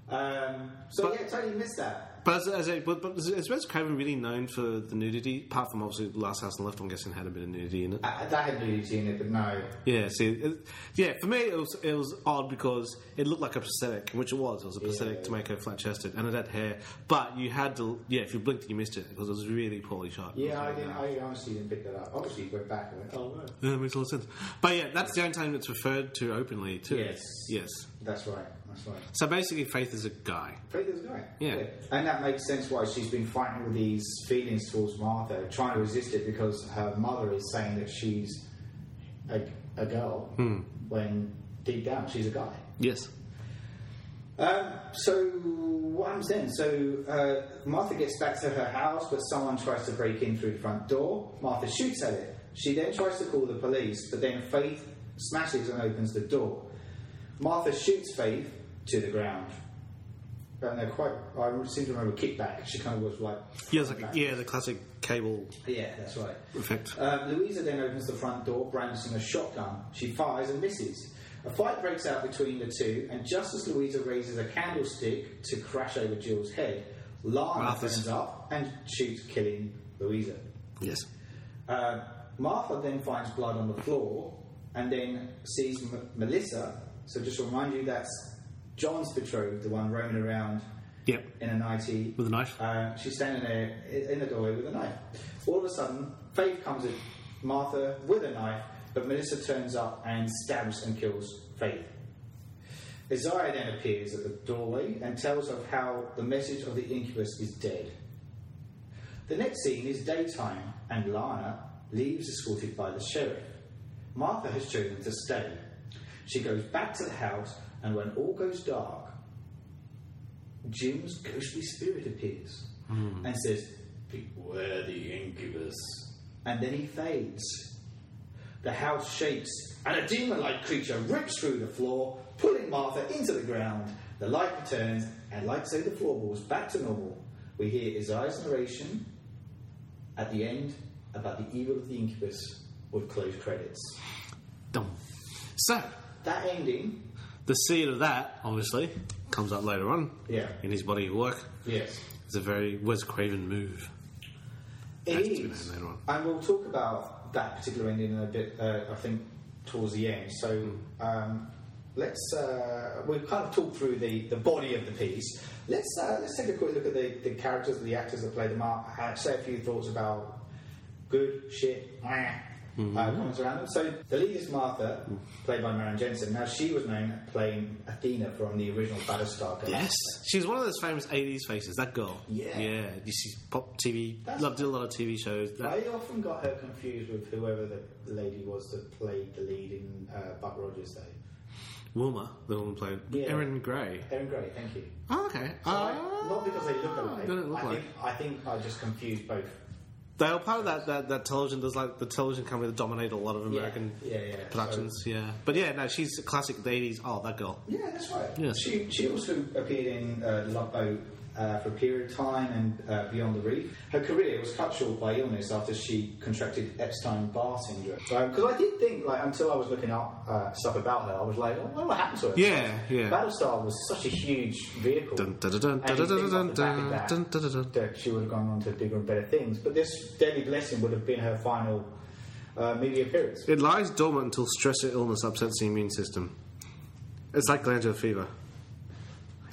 Speaker 2: Um, so
Speaker 3: But-
Speaker 2: yeah, totally missed that.
Speaker 3: but as, as a, but, but is, is Wes Craven really known for the nudity apart from obviously Last House on the Left I'm guessing had a bit of nudity in it
Speaker 2: Uh, that had nudity in it, but no.
Speaker 3: Yeah, see, it, yeah, for me it was it was odd because it looked like a prosthetic, which it was. It was a prosthetic to make her flat chested, and it had hair. But you had to, yeah, if you blinked, you missed it because it was really poorly shot.
Speaker 2: Yeah, I didn't. I honestly didn't pick that up. Obviously, you went back and went, "Oh no."
Speaker 3: Yeah, it makes a lot of sense. But yeah, that's the only time it's referred to openly too.
Speaker 2: Yes.
Speaker 3: yes.
Speaker 2: That's right. That's right.
Speaker 3: So basically, Faith is a guy.
Speaker 2: Faith is right.
Speaker 3: Yeah.
Speaker 2: And that makes sense why she's been fighting all these feelings towards Martha, trying to resist it because her mother is saying that she's a, a girl when deep down she's a guy.
Speaker 3: Yes.
Speaker 2: Um, so what happens then? So uh, Martha gets back to her house, but someone tries to break in through the front door. Martha shoots at it. She then tries to call the police, but then Faith smashes and opens the door. Martha shoots Faith to the ground. And they're quite. I seem to remember kickback. She kind of was like.
Speaker 3: Yeah, it's like yeah, the classic cable
Speaker 2: Yeah, that's right.
Speaker 3: effect.
Speaker 2: Um, Louisa then opens the front door, brandishing a shotgun. She fires and misses. A fight breaks out between the two, and just as Louisa raises a candlestick to crash over Jill's head, Lana
Speaker 3: Martha's-
Speaker 2: turns up and shoots, killing Louisa.
Speaker 3: Yes.
Speaker 2: Uh, Martha then finds blood on the floor and then sees M- Melissa. So just to remind you, that's John's betrothed, the one roaming around
Speaker 3: Yep.
Speaker 2: in an IT
Speaker 3: With a knife.
Speaker 2: uh, she's standing there i- in the doorway with a knife. All of a sudden, Faith comes at Martha with a knife, but Melissa turns up and stabs and kills Faith. Isaiah then appears at the doorway and tells of how the message of the incubus is dead. The next scene is daytime, and Lana leaves escorted by the sheriff. Martha has chosen to stay. She goes back to the house, and when all goes dark, Jim's ghostly spirit appears and says, Beware the incubus. And then he fades. The house shakes, and a demon like creature rips through the floor, pulling Martha into the ground. The light returns and lights over the floorboards back to normal, We hear Isaiah's narration at the end about the evil of the incubus with closed credits.
Speaker 3: Dum. So,
Speaker 2: That ending,
Speaker 3: the seed of that, obviously, comes up later on
Speaker 2: Yeah.
Speaker 3: in his body of work.
Speaker 2: yes,
Speaker 3: It's a very Wes Craven move.
Speaker 2: it
Speaker 3: Has to be
Speaker 2: is.
Speaker 3: done later on.
Speaker 2: And we'll talk about that particular ending in a bit, uh, I think, towards the end. So
Speaker 3: Hmm.
Speaker 2: um, let's, uh, we've kind of talked through the, the body of the piece. Let's, uh, let's take a quick look at the, the characters, the actors that play them up, uh, say a few thoughts about good, shit, meh,
Speaker 3: Hmm.
Speaker 2: uh, comments around them. So the lead is Martha, played by Marion Jensen. Now she was known at playing Athena from the original Battlestar Galactica.
Speaker 3: Yes, she's one of those famous '80s faces. That girl.
Speaker 2: Yeah.
Speaker 3: yeah. She's pop TV.
Speaker 2: That's-
Speaker 3: loved did a lot of TV shows. That-
Speaker 2: I often got her confused with whoever the lady was that played the lead in uh, Buck Rogers, though.
Speaker 3: Wilma, the woman played
Speaker 2: Yeah.
Speaker 3: Erin Grey.
Speaker 2: Erin Gray, thank you.
Speaker 3: Oh, okay.
Speaker 2: So
Speaker 3: Ah,
Speaker 2: I- not because they look alike.
Speaker 3: They don't look
Speaker 2: I,
Speaker 3: alike.
Speaker 2: think, I think I just confused both.
Speaker 3: They are part of that, that, that television. There's like the television company that dominated a lot of American
Speaker 2: yeah, yeah. So-
Speaker 3: productions. yeah, but yeah, no, she's a classic '80s. Oh, that girl.
Speaker 2: yeah, that's right.
Speaker 3: Yes.
Speaker 2: She, she also appeared in uh, Love Boat uh, for a period of time and uh, Beyond the Reef. Her career was cut short by illness after she contracted Epstein-Barr syndrome. Because I did think, like, until I was looking up uh, stuff about her, I was like, oh, what happened to her?
Speaker 3: Yeah, yeah.
Speaker 2: Battlestar was such a huge vehicle.
Speaker 3: Dun, dun, dun, dun,
Speaker 2: And you
Speaker 3: dun,
Speaker 2: think
Speaker 3: dun,
Speaker 2: off the back
Speaker 3: dun,
Speaker 2: of that,
Speaker 3: dun, dun, dun.
Speaker 2: that she would have gone on to bigger and better things. But this Deadly Blessing would have been her final uh, media appearance.
Speaker 3: It lies dormant until stress or illness upsets the immune system. It's like glandular fever.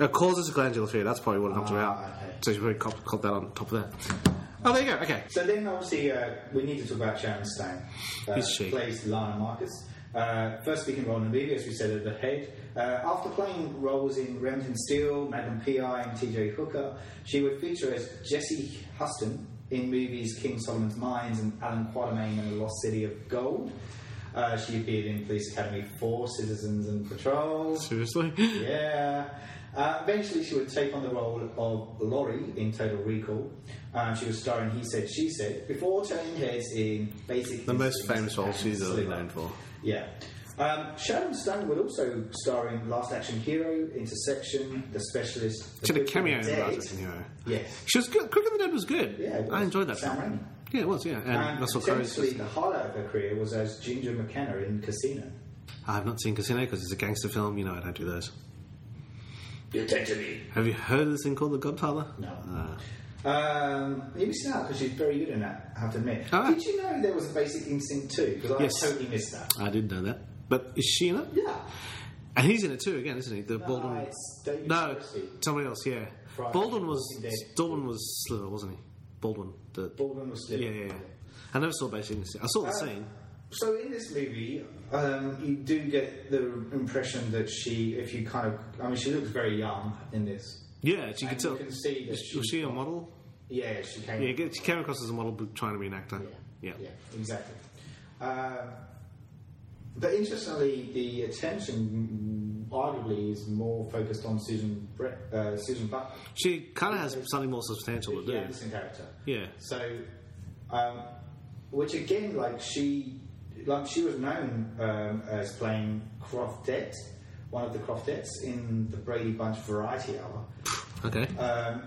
Speaker 3: It causes glandular fever. That's probably what knocked her out.
Speaker 2: Ah, okay.
Speaker 3: So she probably caught, caught that on top of that. Oh, there you go. Okay.
Speaker 2: So then, obviously, uh, we need to talk about Sharon Stone. Uh,
Speaker 3: Who's she?
Speaker 2: Plays Lana Marcus. Uh, first speaking role in the movie, as we said at the head. Uh, after playing roles in Remington Steele, Madam P.I., and T.J. Hooker, she would feature as Jessie Huston in movies King Solomon's Mines and Alan Quatermain and The Lost City of Gold. Uh, she appeared in Police Academy 4, Citizens and Patrol.
Speaker 3: Seriously?
Speaker 2: [laughs] Yeah. Uh, eventually, she would take on the role of Laurie in Total Recall. Um, she was starring He Said, She Said, before turning heads in Basic
Speaker 3: The most
Speaker 2: Instincts
Speaker 3: famous role
Speaker 2: and
Speaker 3: she's ever
Speaker 2: Sliver.
Speaker 3: known for.
Speaker 2: Yeah. Um, Sharon Stone would also star in Last Action Hero, Intersection, The Specialist. The
Speaker 3: She had a
Speaker 2: Book of
Speaker 3: cameo in
Speaker 2: Dead.
Speaker 3: Last Action Hero.
Speaker 2: Yes.
Speaker 3: She was good. Quick and the Dead was good.
Speaker 2: Yeah, it
Speaker 3: I
Speaker 2: was. Um,
Speaker 3: enjoyed that
Speaker 2: Sam
Speaker 3: film.
Speaker 2: Raimi.
Speaker 3: Yeah, it was, yeah. And,
Speaker 2: And
Speaker 3: Russell
Speaker 2: essentially,
Speaker 3: Crowe's.
Speaker 2: the highlight of her career was as Ginger McKenna in Casino.
Speaker 3: I've not seen Casino because it's a gangster film. You know, I don't do those.
Speaker 2: You tend to be.
Speaker 3: Have you heard of this thing called The Godfather?
Speaker 2: No.
Speaker 3: Ah.
Speaker 2: Um, you missed out because she's very good in that, I have to admit.
Speaker 3: Ah.
Speaker 2: Did you know there was a Basic Instinct too? Because I
Speaker 3: Yes.
Speaker 2: totally missed that.
Speaker 3: I didn't know that. But is she in it?
Speaker 2: Yeah.
Speaker 3: And he's in it too, again, isn't he? The
Speaker 2: No,
Speaker 3: Baldwin.
Speaker 2: it's David
Speaker 3: no,
Speaker 2: Christie.
Speaker 3: somebody else. Yeah,
Speaker 2: Friday,
Speaker 3: Baldwin was
Speaker 2: Walking Dead.
Speaker 3: Baldwin was Sliver, wasn't he? Baldwin. The
Speaker 2: Baldwin was still.
Speaker 3: yeah, yeah, yeah. I never saw basically. I saw the
Speaker 2: Uh,
Speaker 3: scene.
Speaker 2: So in this movie, um, you do get the impression that she, if you kind of, I mean, she looks very young in this.
Speaker 3: Yeah, she could
Speaker 2: and you
Speaker 3: tell.
Speaker 2: can see that
Speaker 3: was
Speaker 2: she-
Speaker 3: was she a model?
Speaker 2: Yeah, she came.
Speaker 3: Yeah, she came across as a model, but trying to be an actor. Yeah,
Speaker 2: Yeah, exactly. Um, but interestingly, the attention mm, arguably is more focused on Susan Bre- uh, Susan Butler,
Speaker 3: she kind of has something more substantial to
Speaker 2: the
Speaker 3: do.
Speaker 2: Anderson character.
Speaker 3: Yeah.
Speaker 2: So, um, which again, like she, like she was known um, as playing Croftet, one of the Croftets in the Brady Bunch Variety Hour.
Speaker 3: Okay.
Speaker 2: Um,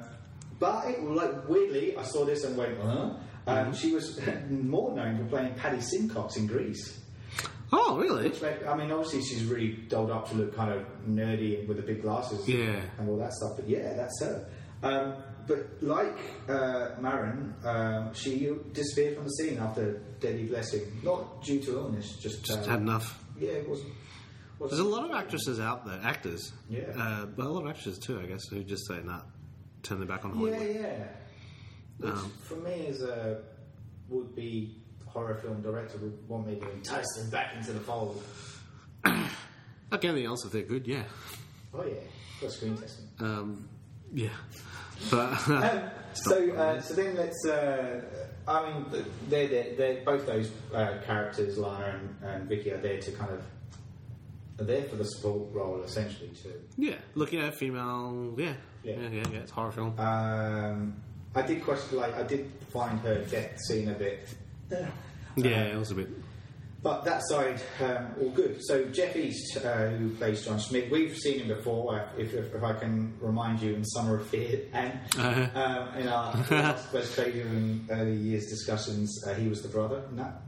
Speaker 2: but it, like weirdly, I saw this and went, huh? Um, She was [laughs] more known for playing Paddy Simcox in Greece.
Speaker 3: oh, really?
Speaker 2: Like, I mean, obviously, she's really dolled up to look kind of nerdy and with the big glasses
Speaker 3: Yeah.
Speaker 2: and all that stuff. But yeah, that's her. Um, but like uh, Marin, um, she disappeared from the scene after Deadly Blessing, not due to illness, just,
Speaker 3: Just
Speaker 2: um,
Speaker 3: had enough.
Speaker 2: yeah, it wasn't.
Speaker 3: There's a lot of actresses out there, actors.
Speaker 2: Yeah.
Speaker 3: Uh, but a lot of actresses too, I guess, who just say, "Nah, turn their back on Hollywood."
Speaker 2: Yeah, yeah. Which
Speaker 3: Um.
Speaker 2: for me is a would be horror film director would want me to entice them back into the fold.
Speaker 3: Like anything else, if they're good, yeah.
Speaker 2: Oh yeah, got screen testing.
Speaker 3: Um, yeah. But [laughs]
Speaker 2: Um, so, uh, so then let's. Uh, I mean, th- they're, they're, they're both those uh, characters, Lana and, and Vicky, are there to kind of are there for the support role essentially too.
Speaker 3: yeah, looking at female, yeah.
Speaker 2: Yeah.
Speaker 3: Yeah. Uh, yeah, yeah, It's a horror film.
Speaker 2: Um, I did question, like, I did find her death scene a bit.
Speaker 3: uh, yeah, it was a bit.
Speaker 2: But that side, um, all good. So Jeff East, uh, who plays John Schmidt, we've seen him before. uh, If, if, if I can remind you, in Summer of Fear, [laughs] and um, in our West Stadium early years discussions, uh, he was the brother. in that.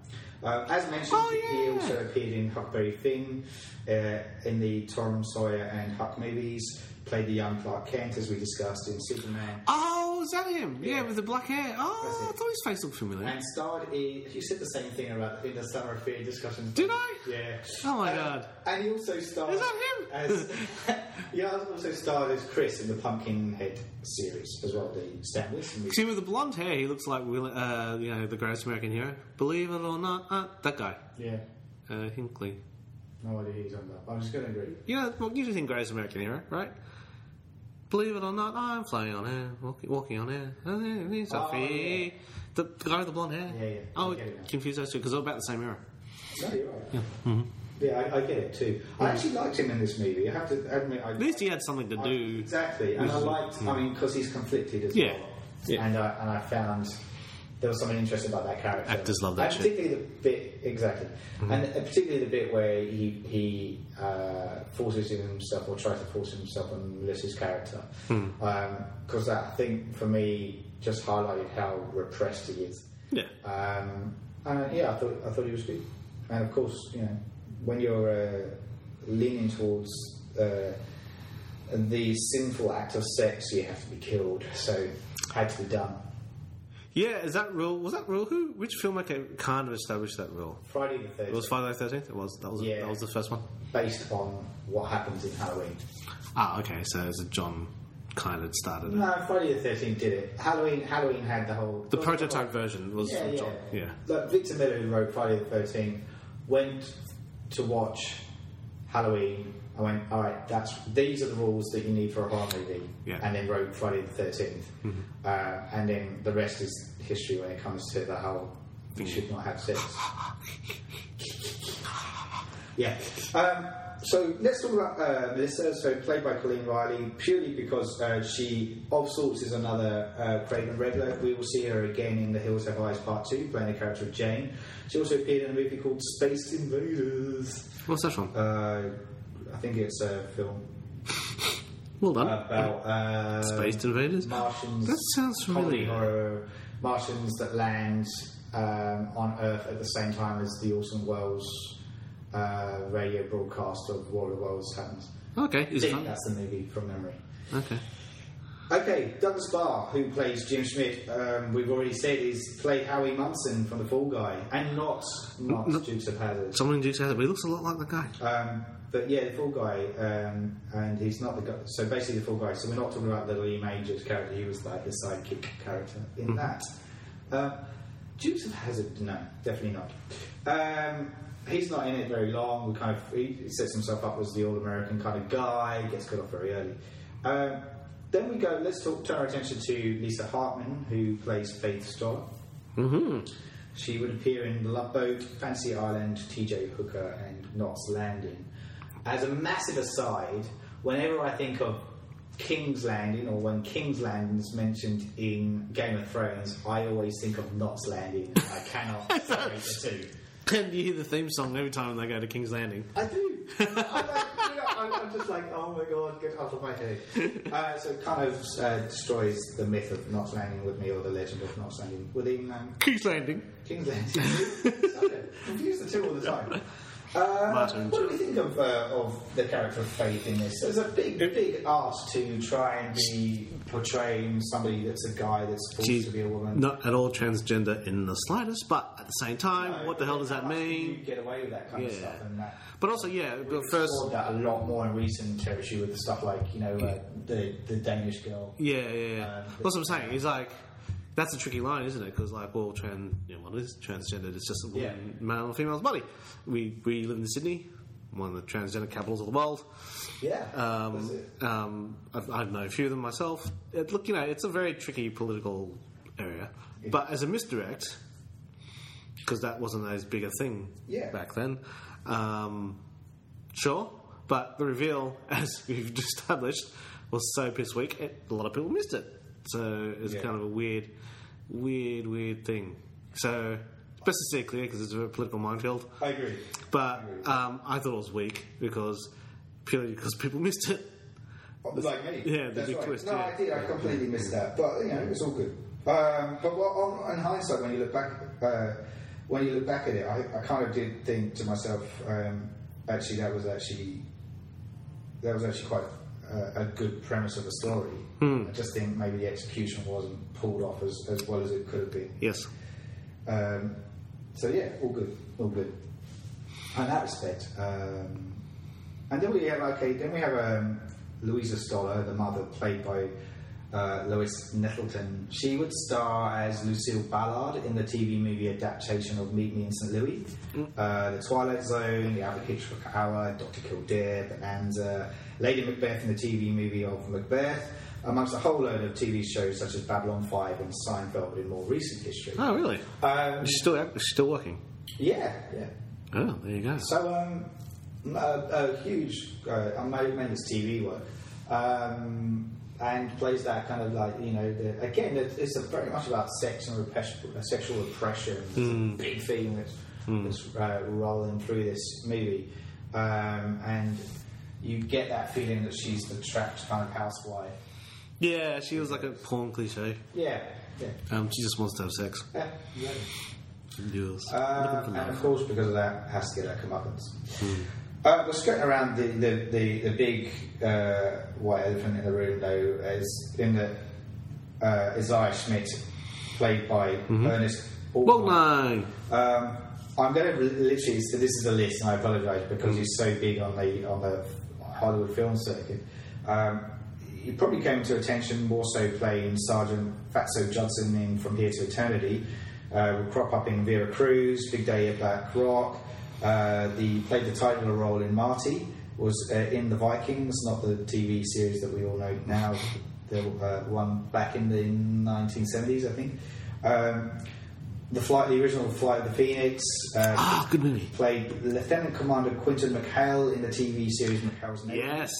Speaker 2: Uh, as mentioned, he also appeared in Huckberry Finn, uh, in the Tom Sawyer and Huck movies. Played the young Clark Kent, as we discussed in Superman.
Speaker 3: Oh, is that him? Yeah, with the black hair. Oh,
Speaker 2: That's
Speaker 3: I
Speaker 2: it.
Speaker 3: thought his face looked familiar.
Speaker 2: And starred in. You said the same thing about in the Summer of Fear discussions.
Speaker 3: Did I?
Speaker 2: Yeah.
Speaker 3: Oh my
Speaker 2: Uh,
Speaker 3: God.
Speaker 2: And he also starred.
Speaker 3: Is that him?
Speaker 2: As, [laughs] yeah, he also starred as Chris in the Pumpkinhead series as well, the Stan Wilson movie.
Speaker 3: See, with the blonde hair, he looks like Will, uh, you know, the greatest American hero. Believe it or not, uh, that guy,
Speaker 2: Yeah.
Speaker 3: uh, Hinckley.
Speaker 2: No idea who he's on that. I'm just going to agree.
Speaker 3: You know, well, you do think greatest American hero, right? Believe it or not, I'm flying on air, walking, walking on air. Oh, there it is,
Speaker 2: Oh,
Speaker 3: Sophie. The, the guy with the blonde hair.
Speaker 2: Yeah, yeah.
Speaker 3: Oh,
Speaker 2: I get it now.
Speaker 3: confused those two because they're about the same era.
Speaker 2: No, you're right. Yeah,
Speaker 3: Mm-hmm.
Speaker 2: I, I get it too. I actually liked him in this movie. I have to admit, I
Speaker 3: At least he had something to
Speaker 2: I-
Speaker 3: do.
Speaker 2: exactly, and I
Speaker 3: Mhm.
Speaker 2: liked. I mean, because he's conflicted as
Speaker 3: Yeah.
Speaker 2: well,
Speaker 3: Yeah.
Speaker 2: and I and I found there was something interesting about that character.
Speaker 3: Actors love that
Speaker 2: and
Speaker 3: shit.
Speaker 2: particularly the bit exactly,
Speaker 3: Mm-hmm.
Speaker 2: and uh, particularly the bit where he he uh, forces himself or tries to force himself on Melissa's character,
Speaker 3: Hmm.
Speaker 2: because that I think for me just highlighted how repressed he is.
Speaker 3: Yeah.
Speaker 2: Um, and yeah, I thought I thought he was good. And of course, you know, when you're uh, leaning towards uh, the sinful act of sex, you have to be killed. So had to be done.
Speaker 3: Yeah, is that rule? Was that rule? Who? Which filmmaker kind of established that rule?
Speaker 2: Friday the
Speaker 3: It was
Speaker 2: thirteenth,
Speaker 3: Friday the Thirteenth. It was that was
Speaker 2: Yeah.
Speaker 3: that was the first one.
Speaker 2: based on what happens in Halloween.
Speaker 3: Ah, okay. So it's a John kind of started it.
Speaker 2: No, Friday the Thirteenth did it. Halloween, Halloween had the whole
Speaker 3: The prototype version was
Speaker 2: Yeah,
Speaker 3: from
Speaker 2: yeah.
Speaker 3: John. Yeah.
Speaker 2: Like Victor Miller, who wrote Friday the Thirteenth, went to watch Halloween. I went, all right, that's these are the rules that you need for a horror movie,
Speaker 3: Yeah. Mm-hmm.
Speaker 2: and then wrote Friday the 13th uh, and then the rest is history when it comes to the whole
Speaker 3: Mm.
Speaker 2: you should not have sex. yeah. Um, so let's talk about uh, Melissa, so played by Colleen Riley, purely because uh, she, of sorts, is another uh, Craven regular. We will see her again in The Hills Have Eyes Part 2, playing the character of Jane. She also appeared in a movie called Space Invaders.
Speaker 3: What's that from?
Speaker 2: Uh, I think it's a film
Speaker 3: Well done.
Speaker 2: about uh,
Speaker 3: Space Invaders.
Speaker 2: Martians.
Speaker 3: That sounds
Speaker 2: comedy
Speaker 3: familiar.
Speaker 2: horror, Martians that land um, on Earth at the same time as the Orson Welles uh, radio broadcast of War of the Worlds happens.
Speaker 3: Okay.
Speaker 2: I
Speaker 3: Is it
Speaker 2: think
Speaker 3: fun?
Speaker 2: that's the movie from memory.
Speaker 3: Okay.
Speaker 2: Okay, Douglas Barr, who plays Jim Schmidt, um, we've already said is played Howie Munson from The Fall Guy, and not not Dukes of Hazzard.
Speaker 3: Someone in Duke's Hazard, but he looks a lot like that guy. [laughs]
Speaker 2: Um, but yeah, the full guy, um, and he's not the guy. So basically, the full guy. So we're not talking about the Lee Majors character. He was like the sidekick character in that. Um, Dukes of Hazard, no, definitely not. Um, he's not in it very long. We kind of he sets himself up as the all-American kind of guy. Gets cut off very early. Um, then we go. Let's talk. Turn our attention to Lisa Hartman, who plays Faith Stoller. She would appear in Love Boat, Fancy Island, TJ Hooker, and Knots Landing. As a massive aside, whenever I think of King's Landing or when King's Landing is mentioned in Game of Thrones, I always think of Knots Landing. I cannot separate the two.
Speaker 3: And you hear the theme song every time they go to King's Landing.
Speaker 2: I do. I like, you know, I'm, I'm just like, oh my god, get out of my head. Uh, so it kind of uh, destroys the myth of Knots Landing with me or the legend of Knots Landing within um,
Speaker 3: King's Landing.
Speaker 2: King's Landing. [laughs] Sorry, confuse the two all
Speaker 3: [laughs]
Speaker 2: the time. Uh,
Speaker 3: Martin.
Speaker 2: what do we think of, uh, of the character of Faith in this? There's a big, big ask to try and be portraying somebody that's a guy that's supposed
Speaker 3: She's
Speaker 2: to be a woman.
Speaker 3: not at all transgender in the slightest, but at the same time,
Speaker 2: No,
Speaker 3: what the hell does
Speaker 2: how
Speaker 3: that
Speaker 2: much can
Speaker 3: mean?
Speaker 2: You get away with that kind of
Speaker 3: Yeah.
Speaker 2: stuff, and that
Speaker 3: But also, yeah, but first,
Speaker 2: saw that a lot more in recent territory with the stuff like you know uh, the the Danish girl.
Speaker 3: yeah, yeah, yeah.
Speaker 2: Um,
Speaker 3: That's what I'm saying. He's like, that's a tricky line, isn't it? Because like, well, trans, you know, what is transgender? It's just a woman, male and female's body. We we live in Sydney, one of the transgender capitals of the world.
Speaker 2: Yeah,
Speaker 3: Um,
Speaker 2: was it?
Speaker 3: um, I've, I've known a few of them myself. It, look, you know, it's a very tricky political area, but as a misdirect, because that wasn't as big a thing
Speaker 2: Yeah.
Speaker 3: back then. Um, sure, but the reveal, [laughs] as we've established, was so piss weak. It, a lot of people missed it, so it's
Speaker 2: Yeah.
Speaker 3: kind of a weird, weird, weird thing. So Best to stay clear because it's a political minefield.
Speaker 2: I agree.
Speaker 3: But um, I thought it was weak because purely because people missed it.
Speaker 2: Like me.
Speaker 3: Yeah, the
Speaker 2: That's
Speaker 3: big
Speaker 2: right.
Speaker 3: twist,
Speaker 2: No,
Speaker 3: yeah.
Speaker 2: I did. I completely missed that. But you know, it was all good. Um, but what, on, on hindsight, when you look back, uh, when you look back at it, I, I kind of did think to myself, um, actually, that was actually that was actually quite a, a good premise of the story.
Speaker 3: Hmm.
Speaker 2: I just think maybe the execution wasn't pulled off as, as well as it could have been.
Speaker 3: Yes.
Speaker 2: Um, so yeah, all good, all good. In that respect, um, and then we have okay, then we have um, Louisa Stoller, the mother, played by uh, Lois Nettleton. She would star as Lucille Ballard in the TV movie adaptation of Meet Me in St. Louis, uh, The Twilight Zone, The Alfred Hitchcock Hour, Doctor Kildare, Bonanza, Lady Macbeth in the TV movie of Macbeth, amongst a whole load of TV shows such as Babylon Five and Seinfeld in more recent history.
Speaker 3: Oh, really?
Speaker 2: Um,
Speaker 3: She's still act- she's still working.
Speaker 2: yeah, yeah.
Speaker 3: Oh, there you go.
Speaker 2: So, um, a, a huge, uh, a momentous TV work, um, and plays that kind of like you know the, again it, it's a very much about sex and repression, uh, sexual repression. It's a big theme that's, that's uh, rolling through this movie, um, and you get that feeling that she's the trapped kind of housewife.
Speaker 3: Yeah, she was like a porn cliche.
Speaker 2: Yeah, yeah,
Speaker 3: Um, she just wants to have sex.
Speaker 2: yeah. yeah.
Speaker 3: She deals.
Speaker 2: Uh, and of course, because of that, has to get our comeuppance. Uh, we're skirting around the, the, the, the big uh, white elephant in the room, though, is in the uh, Isaiah Schmidt, played by Ernest
Speaker 3: Mm-hmm. well,
Speaker 2: Borgnine.
Speaker 3: no.
Speaker 2: Um, I'm going to literally. So this is a list, and I apologise because he's so big on the on the Hollywood film circuit. Um, he probably came to attention more so playing Sergeant Fatso Judson in From Here to Eternity. Uh, will crop up in Vera Cruz, Big Day at Black Rock. Uh, the played the titular role in Marty. Was uh, in the Vikings, not the TV series that we all know now. The uh, one back in the 1970s, I think. Um, the flight, the original flight of the Phoenix, uh,
Speaker 3: Ah, good movie.
Speaker 2: played Lieutenant Commander Quinton McHale in the TV series McHale's Navy,
Speaker 3: Yes.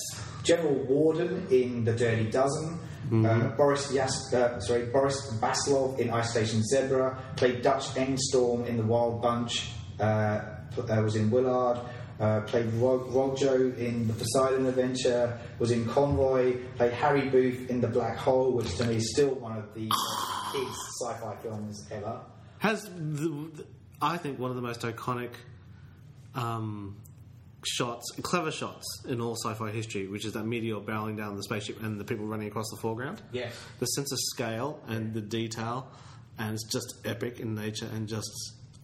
Speaker 2: General Warden in The Dirty Dozen, uh, Boris Yas- uh, sorry Boris Basilov in Ice Station Zebra, played Dutch Engstorm in The Wild Bunch, uh, pl- uh, was in Willard. Uh, played Ro- Rojo in the Poseidon Adventure, was in Conroy, played Harry Booth in The Black Hole, which to me is still one of the uh, kids sci fi films ever.
Speaker 3: Has the, the- I think one of the most iconic um, shots, clever shots in all sci-fi history, which is that meteor barreling down the spaceship and the people running across the foreground.
Speaker 2: Yes.
Speaker 3: The sense of scale and the detail, and it's just epic in nature and just.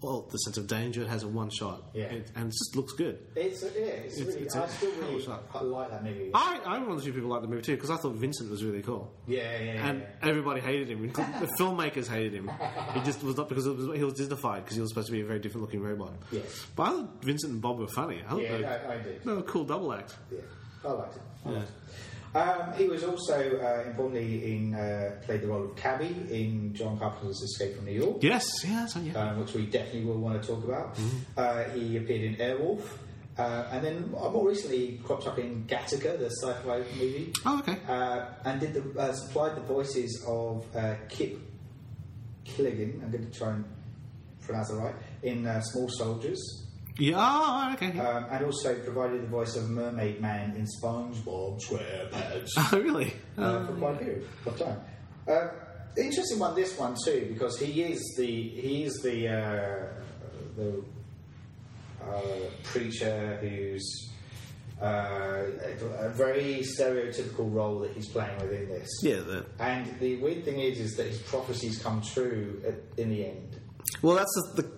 Speaker 3: Well, the sense of danger it has in one shot,
Speaker 2: Yeah.
Speaker 3: It- and it just looks good.
Speaker 2: It's, yeah, it's,
Speaker 3: It's-
Speaker 2: really.
Speaker 3: it's
Speaker 2: I
Speaker 3: a
Speaker 2: still
Speaker 3: hell of a
Speaker 2: really
Speaker 3: shot.
Speaker 2: quite like that movie.
Speaker 3: I, I'm one of the few people who like the movie too because I thought Vincent was really cool.
Speaker 2: yeah, yeah, yeah.
Speaker 3: And everybody hated him. [laughs] including The filmmakers hated him. He just was not because it was, he was dignified because he was supposed to be a very different looking robot.
Speaker 2: Yes.
Speaker 3: But I thought Vincent and Bob were funny. I thought
Speaker 2: yeah, Oh.
Speaker 3: they,
Speaker 2: I, I did.
Speaker 3: they were a cool double act.
Speaker 2: Yeah, I liked it. I liked it. Um, he was also uh, importantly in uh, played the role of Cabby in John Carpenter's Escape from New York,
Speaker 3: Yes. Yeah. So yeah. Mm-hmm.
Speaker 2: um, which we definitely will want to talk about. Uh, he appeared in Airwolf, uh, and then uh, more recently he cropped up in Gattaca, the sci-fi movie,
Speaker 3: oh okay.
Speaker 2: uh, and did the uh, supplied the voices of uh, Kip Killigan. I'm going to try and pronounce it right in uh, Small Soldiers.
Speaker 3: Yeah. Oh, okay. [laughs] yeah.
Speaker 2: Um, and also provided the voice of Mermaid Man in SpongeBob SquarePants
Speaker 3: oh really?
Speaker 2: uh, for quite a period of time. Uh, interesting one, this one too, because he is the he is the uh, the uh, preacher who's uh, a a very stereotypical role that he's playing within this.
Speaker 3: Yeah. The,
Speaker 2: And the weird thing is, is that his prophecies come true at, in the end.
Speaker 3: well, that's the, the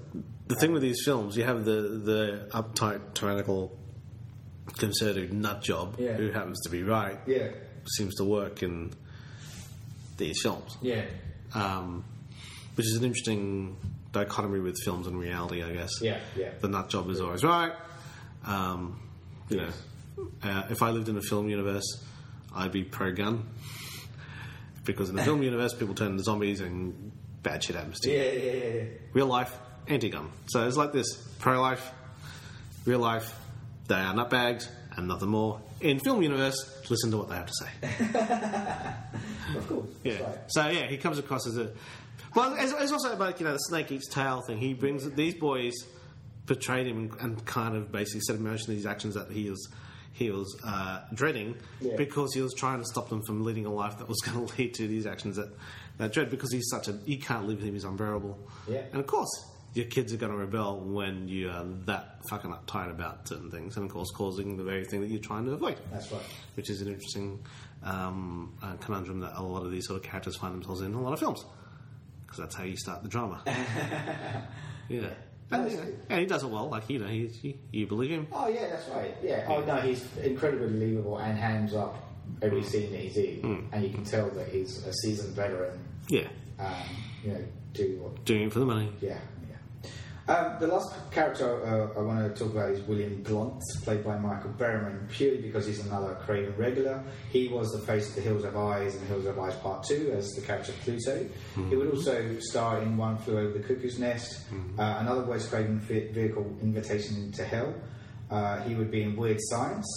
Speaker 3: the thing with these films. You have the the uptight, tyrannical, conservative nut job
Speaker 2: Yeah.
Speaker 3: who happens to be right.
Speaker 2: Yeah,
Speaker 3: Seems to work in these films.
Speaker 2: yeah,
Speaker 3: um, which is an interesting dichotomy with films and reality, I guess.
Speaker 2: yeah, yeah.
Speaker 3: The nut job is always right. Um, you know, uh, if I lived in a film universe, I'd be pro gun because in the
Speaker 2: [laughs]
Speaker 3: film universe, people turn into zombies and bad shit happens to you.
Speaker 2: Yeah, yeah, yeah, yeah.
Speaker 3: Real life, anti gun. So it's like this pro life, real life, they are nutbags and nothing more. In film universe, listen to what they have to say.
Speaker 2: Of course. that's
Speaker 3: Yeah.
Speaker 2: right.
Speaker 3: So yeah, he comes across as a Well, it's, it's also about you know the snake eats tail thing. He brings these boys portrayed him and kind of basically set in motion these actions that he was he was uh, dreading
Speaker 2: Yeah.
Speaker 3: because he was trying to stop them from leading a life that was [laughs] going to lead to these actions that that dread because he's such a he can't live with him. He's unbearable.
Speaker 2: Yeah.
Speaker 3: and of course. Your kids are going to rebel when you are that fucking uptight about certain things, and of course, causing the very thing that you're trying to avoid
Speaker 2: That's right.
Speaker 3: which is an interesting um, uh, conundrum that a lot of these sort of characters find themselves in in a lot of films, because that's how you start the drama. yeah. And, you know, and he does it well. Like you know, he, he, you believe him.
Speaker 2: Oh yeah, that's right. Yeah. Oh no, he's incredibly believable and hands up every scene that he's in, and you can tell that he's a seasoned veteran.
Speaker 3: Yeah,
Speaker 2: Um, you know, doing what
Speaker 3: doing it for the money.
Speaker 2: Yeah, yeah. Um, the last character uh, I want to talk about is William Blunt, played by Michael Berryman, purely because he's another Craven regular. He was the face of The Hills Have Eyes and The Hills Have Eyes Part 2 as the character Pluto. He
Speaker 3: Mm-hmm.
Speaker 2: would also star in One Flew Over the Cuckoo's Nest, uh, another Wes Craven ve- vehicle, Invitation to Hell. Uh, he would be in Weird Science.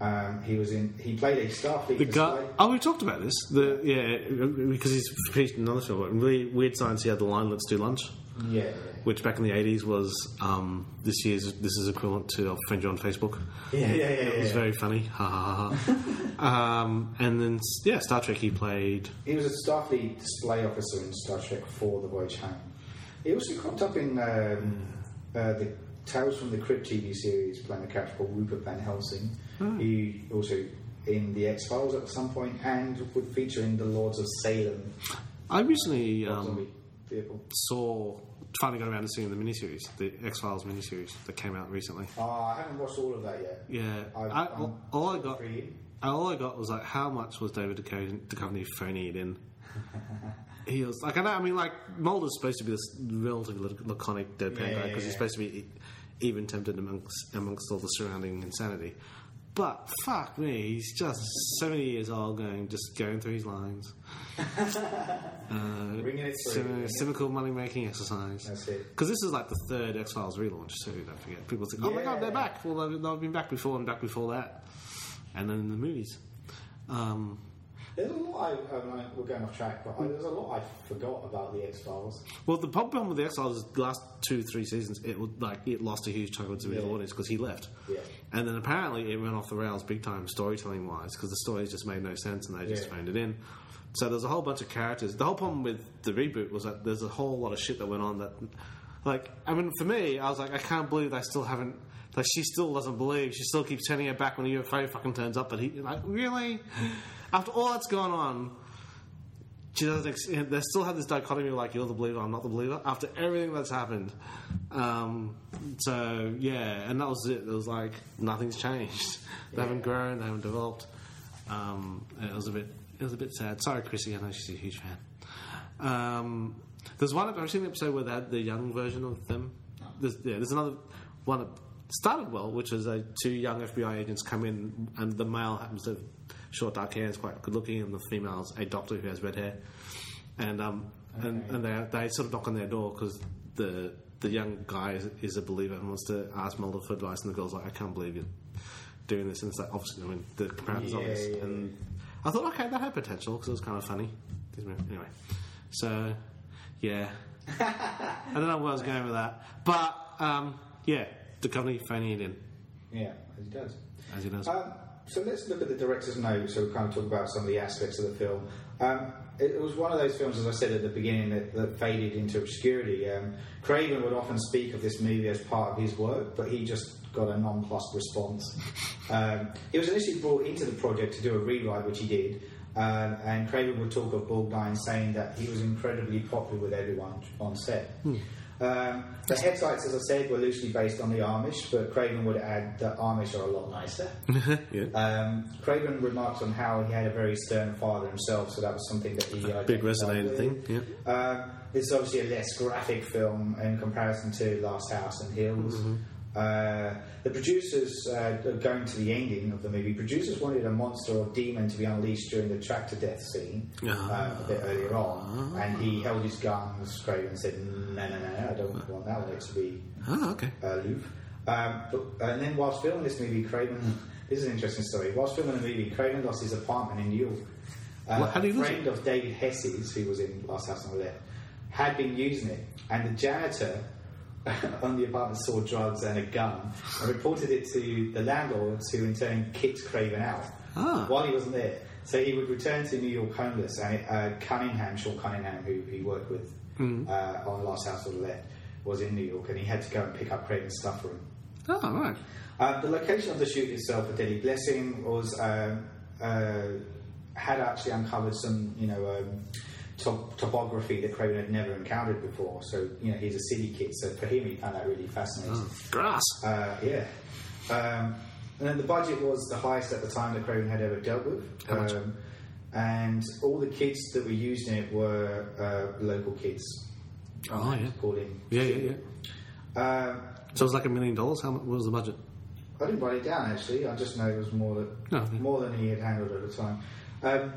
Speaker 2: Um, he was in. He played a Starfleet.
Speaker 3: The guy.
Speaker 2: display-
Speaker 3: Oh, we talked about this. The yeah, because he's featured in another film. but in Really weird science. He had the line "Let's do lunch,"
Speaker 2: Yeah, yeah.
Speaker 3: which back in the eighties was um, this year's. This is equivalent to "I'll friend you on Facebook."
Speaker 2: Yeah, yeah, yeah,
Speaker 3: It was
Speaker 2: yeah.
Speaker 3: very funny. Ha ha ha.
Speaker 2: [laughs]
Speaker 3: ha. um, and then yeah, Star Trek. He played.
Speaker 2: He was a Starfleet display officer in Star Trek for the voyage home. He also cropped up in um, uh, the Tales from the Crypt TV series, playing a character called Rupert Van Helsing. He also in the X Files at some point, and would feature in the Lords of Salem
Speaker 3: I recently um,
Speaker 2: zombie vehicle.
Speaker 3: saw finally got around to seeing the miniseries, the X Files miniseries that came out recently.
Speaker 2: Ah, I haven't watched all of that yet.
Speaker 3: Yeah,
Speaker 2: I-
Speaker 3: I, all,
Speaker 2: I'm
Speaker 3: all I got,
Speaker 2: free.
Speaker 3: all I got was like, how much was David Duchovny Duchovny phoning it
Speaker 2: [laughs]
Speaker 3: in? He was like, I know, I mean, like Mulder's supposed to be this relatively lac- laconic deadpan
Speaker 2: Yeah,
Speaker 3: guy
Speaker 2: yeah,
Speaker 3: because
Speaker 2: yeah.
Speaker 3: he's supposed to be e- even tempted amongst amongst all the surrounding insanity. But fuck me, he's just seventy years old, going just going through his lines.
Speaker 2: Bringing it through.
Speaker 3: Sim- cynical money making exercise.
Speaker 2: That's it.
Speaker 3: Because this is like the third X Files relaunch too. Don't forget, people think, "Oh my god, they're
Speaker 2: Yeah.
Speaker 3: back!" Well, they've, they've been back before and back before that, and then in the movies. Um,
Speaker 2: There's a lot. I, I mean, we're going off track, but I, there's a lot I forgot about the X Files.
Speaker 3: well, the problem with the X Files is the last two, three seasons, it would, like it lost a huge chunk of its
Speaker 2: Yeah.
Speaker 3: audience because he left.
Speaker 2: Yeah.
Speaker 3: And then apparently it went off the rails big time storytelling wise because the stories just made no sense and they just
Speaker 2: Yeah.
Speaker 3: phoned it in. So there's a whole bunch of characters. The whole problem with the reboot was that there's a whole lot of shit that went on that, like, I mean, for me, I was like, I can't believe they still haven't. Like, she still doesn't believe. She still keeps turning her back when the UFO fucking turns up. But he, like, really? After all that's gone on, she doesn't. Ex- they still have this dichotomy of like you're the believer, I'm not the believer. After everything that's happened, um, so yeah, and that was it. It was like nothing's changed. They haven't grown. They haven't developed. Um, it was a bit. It was a bit sad. Sorry, Chrissy. I know she's a huge fan. Um, there's one. I've seen the episode where they had the young version of them. There's, yeah, there's another one that started well, which is uh, two young FBI agents come in, and the male happens to have short dark hair, is quite good looking, and the female's a doctor who has red hair, and um, and, and they they sort of knock on their door because the the young guy is, is a believer and wants to ask Mulder for advice, and the girl's like, I can't believe you're doing this, and it's like obviously, I mean, the comparison's
Speaker 2: Yeah,
Speaker 3: obvious,
Speaker 2: yeah,
Speaker 3: and I thought, okay, that had potential because it was kind of funny. Anyway, so yeah,
Speaker 2: [laughs]
Speaker 3: I don't know where I was going with that, but um, yeah, the company phoning it in
Speaker 2: Yeah, as he does.
Speaker 3: as he knows.
Speaker 2: Um, so let's look at the director's note. So we kind of talk about some of the aspects of the film. Um, it, it was one of those films, as I said at the beginning, that, that faded into obscurity. Um, Craven would often speak of this movie as part of his work, but he just got a nonplussed response. um, he was initially brought into the project to do a rewrite, which he did. Um, and Craven would talk of Borgnine saying that he was incredibly popular with everyone on set. Um, the headlights, as I said, were loosely based on the Amish, but Craven would add that Amish are a lot nicer.
Speaker 3: yeah.
Speaker 2: Um, Craven remarked on how he had a very stern father himself, so that was something that he
Speaker 3: Big
Speaker 2: identified
Speaker 3: resonated
Speaker 2: with.
Speaker 3: thing. Yeah.
Speaker 2: Um, this is obviously a less graphic film in comparison to Last House and Hills.
Speaker 3: Mm-hmm.
Speaker 2: Uh, the producers, uh, going to the ending of the movie, producers wanted a monster or demon to be unleashed during the tractor death scene uh, a bit earlier on, and he held his guns straight and said, "No, no, no, I don't want that one to be
Speaker 3: Oh, okay.
Speaker 2: uh, Louvre. Um, but, and then whilst filming this movie, Craven, this is an interesting story. Whilst filming the movie, Craven lost his apartment in New York. Uh,
Speaker 3: Well, how did he
Speaker 2: a
Speaker 3: lose
Speaker 2: friend of David Hesse's, who was in Last House on the Left, had been using it, and the janitor [laughs] on the apartment saw drugs and a gun and reported it to the landlords, who in turn kicked Craven out
Speaker 3: Ah.
Speaker 2: while he wasn't there. So he would return to New York homeless, and uh, Cunningham, Sean Cunningham, who he worked with uh, on the last house on the left, was in New York, and he had to go and pick up Craven's stuff for him.
Speaker 3: Oh, right.
Speaker 2: Uh, the location of the shoot itself for Deadly Blessing was um uh, had actually uncovered some, you know, um, top, topography that Craven had never encountered before. So, you know, he's a city kid, so for him, he found that really fascinating.
Speaker 3: Oh, Grass.
Speaker 2: Uh, yeah. Um, and then the budget was the highest at the time that Craven had ever dealt with.
Speaker 3: How much?
Speaker 2: Um, and all the kids that were used in it were uh, local kids.
Speaker 3: Oh, yeah.
Speaker 2: Called in.
Speaker 3: Yeah, yeah, yeah.
Speaker 2: Um,
Speaker 3: So it was like a million dollars. How much what was the budget?
Speaker 2: I didn't write it down actually. I just know it was more than
Speaker 3: No.
Speaker 2: more than he had handled at the time. Um,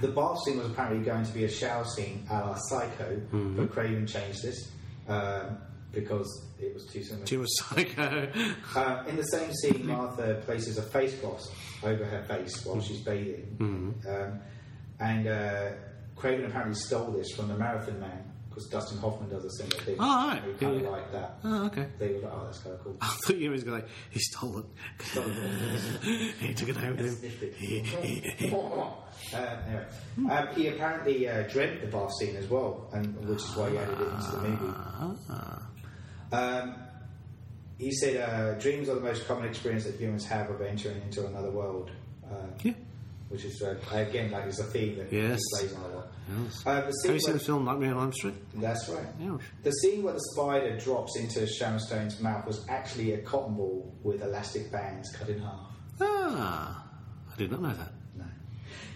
Speaker 2: the bath scene was apparently going to be a shower scene a la Psycho,
Speaker 3: Mm-hmm.
Speaker 2: but Craven changed this um, because it was too similar.
Speaker 3: Too [laughs] much psycho.
Speaker 2: Uh, in the same scene, Martha places a face cloth over her face while she's bathing,
Speaker 3: Mm-hmm.
Speaker 2: um, and uh, Craven apparently stole this from the Marathon Man because Dustin Hoffman does a similar thing.
Speaker 3: Oh, right.
Speaker 2: We kind of
Speaker 3: Yeah.
Speaker 2: like that.
Speaker 3: oh, okay. [laughs]
Speaker 2: They were like, oh, that's kind of cool.
Speaker 3: I thought you were going like, he stole it.
Speaker 2: Stole it.
Speaker 3: [laughs] he took it home with
Speaker 2: sniffed it.
Speaker 3: him.
Speaker 2: Uh, anyway. um, he apparently uh, dreamt the bath scene as well, and which is why he added it into the movie.
Speaker 3: ah.
Speaker 2: Um, he said, uh, "Dreams are the most common experience that humans have of entering into another world." Uh,
Speaker 3: Yeah.
Speaker 2: which is uh, again like it's a theme that
Speaker 3: Yes.
Speaker 2: he plays on a lot.
Speaker 3: Yes.
Speaker 2: Uh, the
Speaker 3: Have
Speaker 2: scene
Speaker 3: you seen
Speaker 2: where,
Speaker 3: the film Nightmare on Elm Street?
Speaker 2: that's right.
Speaker 3: Yeah.
Speaker 2: The scene where the spider drops into Sharon Stone's mouth was actually a cotton ball with elastic bands cut in half.
Speaker 3: Ah, I did not know that.
Speaker 2: No.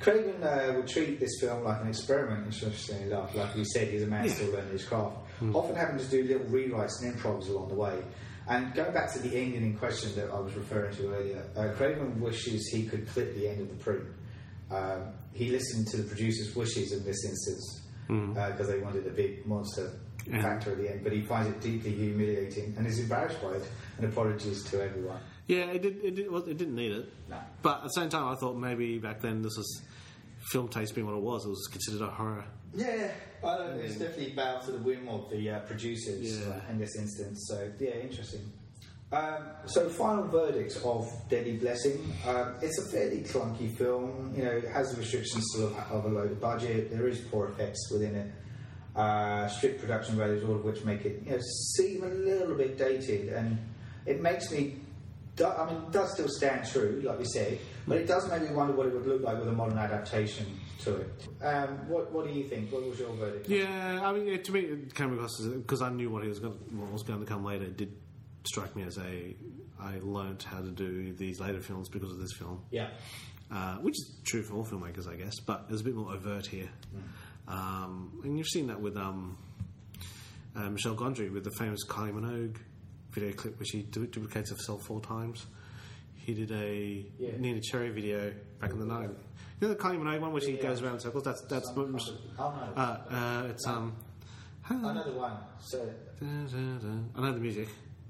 Speaker 2: Craven uh, would treat this film like an experiment, interestingly enough. Like we said, he's a man still learning his craft, often having to do little rewrites and improvs along the way. And going back to the ending in question that I was referring to earlier, uh, Craven wishes he could clip the end of the print. Um, he listened to the producer's wishes in this instance because they wanted a big monster
Speaker 3: Yeah.
Speaker 2: factor at the end, but he finds it deeply humiliating and is embarrassed by it and apologies to everyone.
Speaker 3: Yeah, it did. It, did, well, it didn't need it.
Speaker 2: No.
Speaker 3: But at the same time, I thought maybe back then this was film taste being what it was. It was considered a horror.
Speaker 2: Yeah, I don't know. It's definitely bowed to the whim of the uh, producers
Speaker 3: Yeah.
Speaker 2: in this instance. So yeah, interesting. Um, so final verdict of Deadly Blessing. Um, it's a fairly clunky film. You know, it has the restrictions still of, of a low budget. There is poor effects within it. Uh, strict production values, all of which make it you know seem a little bit dated, and it makes me. do- I mean, it does still stand true, like we said, but it does make me wonder what it would look like with a modern adaptation to it. Um, what What do you think? What was your verdict?
Speaker 3: Yeah, I mean, it, to me, it came across as because I knew what he was going, what was going to come later. It did strike me as a I learnt how to do these later films because of this film.
Speaker 2: Yeah.
Speaker 3: uh, which is true for all filmmakers, I guess, but there's a bit more overt here. Um, and you've seen that with um, uh, Michelle Gondry with the famous Kylie Minogue video clip, which she du- duplicates herself four times. He did a
Speaker 2: Yeah.
Speaker 3: Nina Cherry video back in the night. You know the Kylie Minogue one where she goes around in circles. That's that's.
Speaker 2: Some kind of- oh, no.
Speaker 3: uh, uh, it's um. [laughs]
Speaker 2: Another one. So,
Speaker 3: da, da, da. I know the music.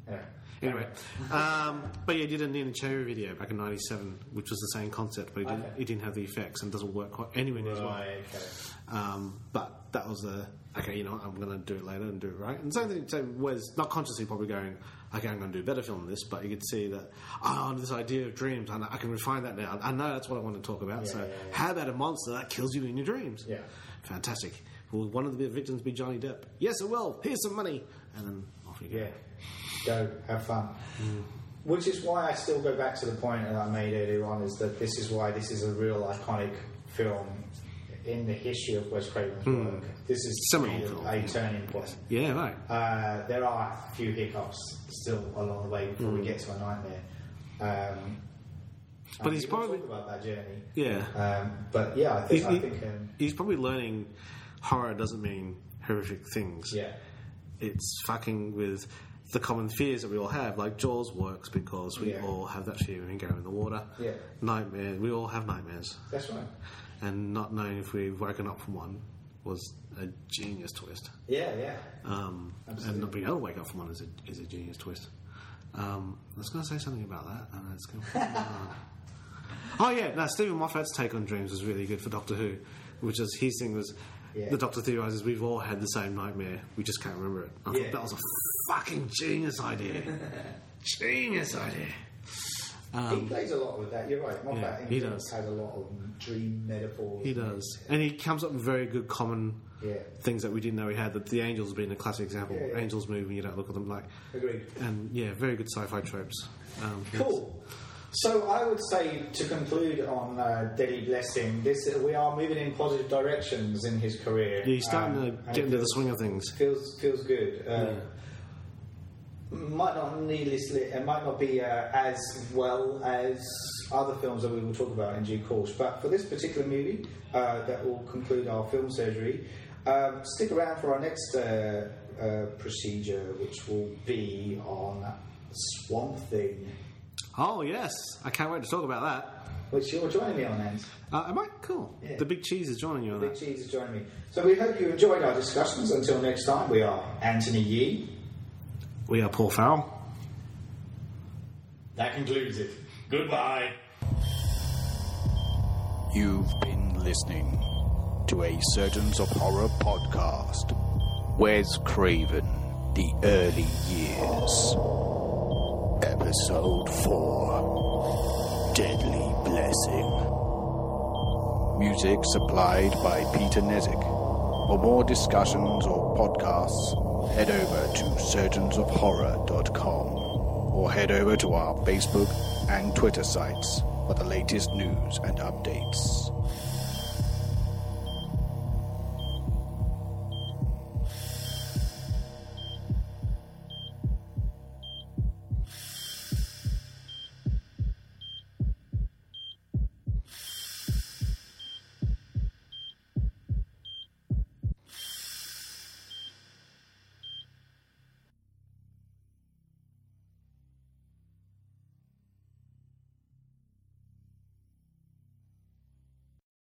Speaker 2: yeah.
Speaker 3: Anyway, um, but yeah, he did a Nina Cherry video back in '97, which was the same concept, but he didn't,
Speaker 2: Okay.
Speaker 3: he didn't have the effects and doesn't work quite anywhere near as well.
Speaker 2: Right, okay.
Speaker 3: Um, but that was a okay. You know, what, I'm going to do it later and do it right. And same thing. Same Wes, not consciously, probably going, okay, I'm going to do a better film than this. But you could see that oh, this idea of dreams, I, know- I can refine that now. I know that's what I want to talk about. so,
Speaker 2: yeah, yeah.
Speaker 3: how about a monster that kills you in your dreams?
Speaker 2: Yeah.
Speaker 3: fantastic. Will one of the victims be Johnny Depp? Yes, it will. Here's some money, and then off you go.
Speaker 2: Yeah. Go, have fun. Which is why I still go back to the point that I made earlier on is that this is why this is a real iconic film in the history of Wes Craven's work. This is
Speaker 3: Seminal
Speaker 2: really
Speaker 3: film,
Speaker 2: a
Speaker 3: yeah.
Speaker 2: turning point.
Speaker 3: Yeah, right.
Speaker 2: Uh, there are a few hiccups still along the way before we get to a nightmare. Um,
Speaker 3: But
Speaker 2: and
Speaker 3: he's
Speaker 2: we will
Speaker 3: probably-
Speaker 2: talk about that journey.
Speaker 3: Yeah.
Speaker 2: Um, but yeah, I think,
Speaker 3: He's-
Speaker 2: I
Speaker 3: he-
Speaker 2: think um,
Speaker 3: He's probably learning horror doesn't mean horrific things.
Speaker 2: yeah,
Speaker 3: It's fucking with the common fears that we all have. Like Jaws works because we
Speaker 2: Yeah.
Speaker 3: all have that fear of being going in the water.
Speaker 2: Yeah.
Speaker 3: Nightmare. We all have nightmares,
Speaker 2: that's right.
Speaker 3: and not knowing if we've woken up from one was a genius twist.
Speaker 2: Yeah, yeah.
Speaker 3: Um, and not being able to wake up from one is a, is a genius twist. Um, I was going to say something about that, and it's going.
Speaker 2: [laughs]
Speaker 3: oh yeah, now Stephen Moffat's take on dreams was really good for Doctor Who, which is his thing was
Speaker 2: Yeah.
Speaker 3: The doctor theorizes we've all had the same nightmare. We just can't remember it. I
Speaker 2: Yeah.
Speaker 3: thought that was a fucking genius
Speaker 2: [laughs]
Speaker 3: idea. genius idea.
Speaker 2: he plays a lot with that. You're right. Moffat
Speaker 3: Um, yeah,
Speaker 2: in
Speaker 3: he
Speaker 2: films
Speaker 3: does.
Speaker 2: has a lot of dream metaphors.
Speaker 3: He does, and he comes up with very good common
Speaker 2: Yeah.
Speaker 3: things that we didn't know he had. That the angels being a classic example.
Speaker 2: Yeah, yeah.
Speaker 3: Angels move when you don't look at them, like
Speaker 2: Agreed.
Speaker 3: and yeah, very good sci-fi tropes. Um,
Speaker 2: Cool. So I would say to conclude on uh, Deadly Blessing, this we are moving in positive directions in his career.
Speaker 3: Yeah, he's starting
Speaker 2: Um,
Speaker 3: to
Speaker 2: and
Speaker 3: get
Speaker 2: it
Speaker 3: into the
Speaker 2: feels-
Speaker 3: swing of things.
Speaker 2: Feels feels good. Uh, Might not needlessly, it might not be uh, as well as other films that we will talk about in due course. But for this particular movie, uh, that will conclude our film surgery. Um, stick around for our next uh, uh, procedure, which will be on Swamp Thing.
Speaker 3: Oh yes, I can't wait to talk about that.
Speaker 2: Which you're joining me on, Ant.
Speaker 3: Uh, am I cool?
Speaker 2: Yeah.
Speaker 3: The big cheese is joining you on
Speaker 2: Big
Speaker 3: that.
Speaker 2: Cheese is joining me. So we hope you enjoyed our discussions. Until next time, we are Anthony Yee.
Speaker 3: We are Paul Farrell.
Speaker 2: That concludes it. Goodbye.
Speaker 1: You've been listening to a Surgeons of Horror podcast. Wes Craven, The Early Years. Episode 4 Deadly Blessing. Music supplied by Peter Nezik. For more discussions or podcasts, head over to surgeonsofhorror.com or head over to our Facebook and Twitter sites for the latest news and updates.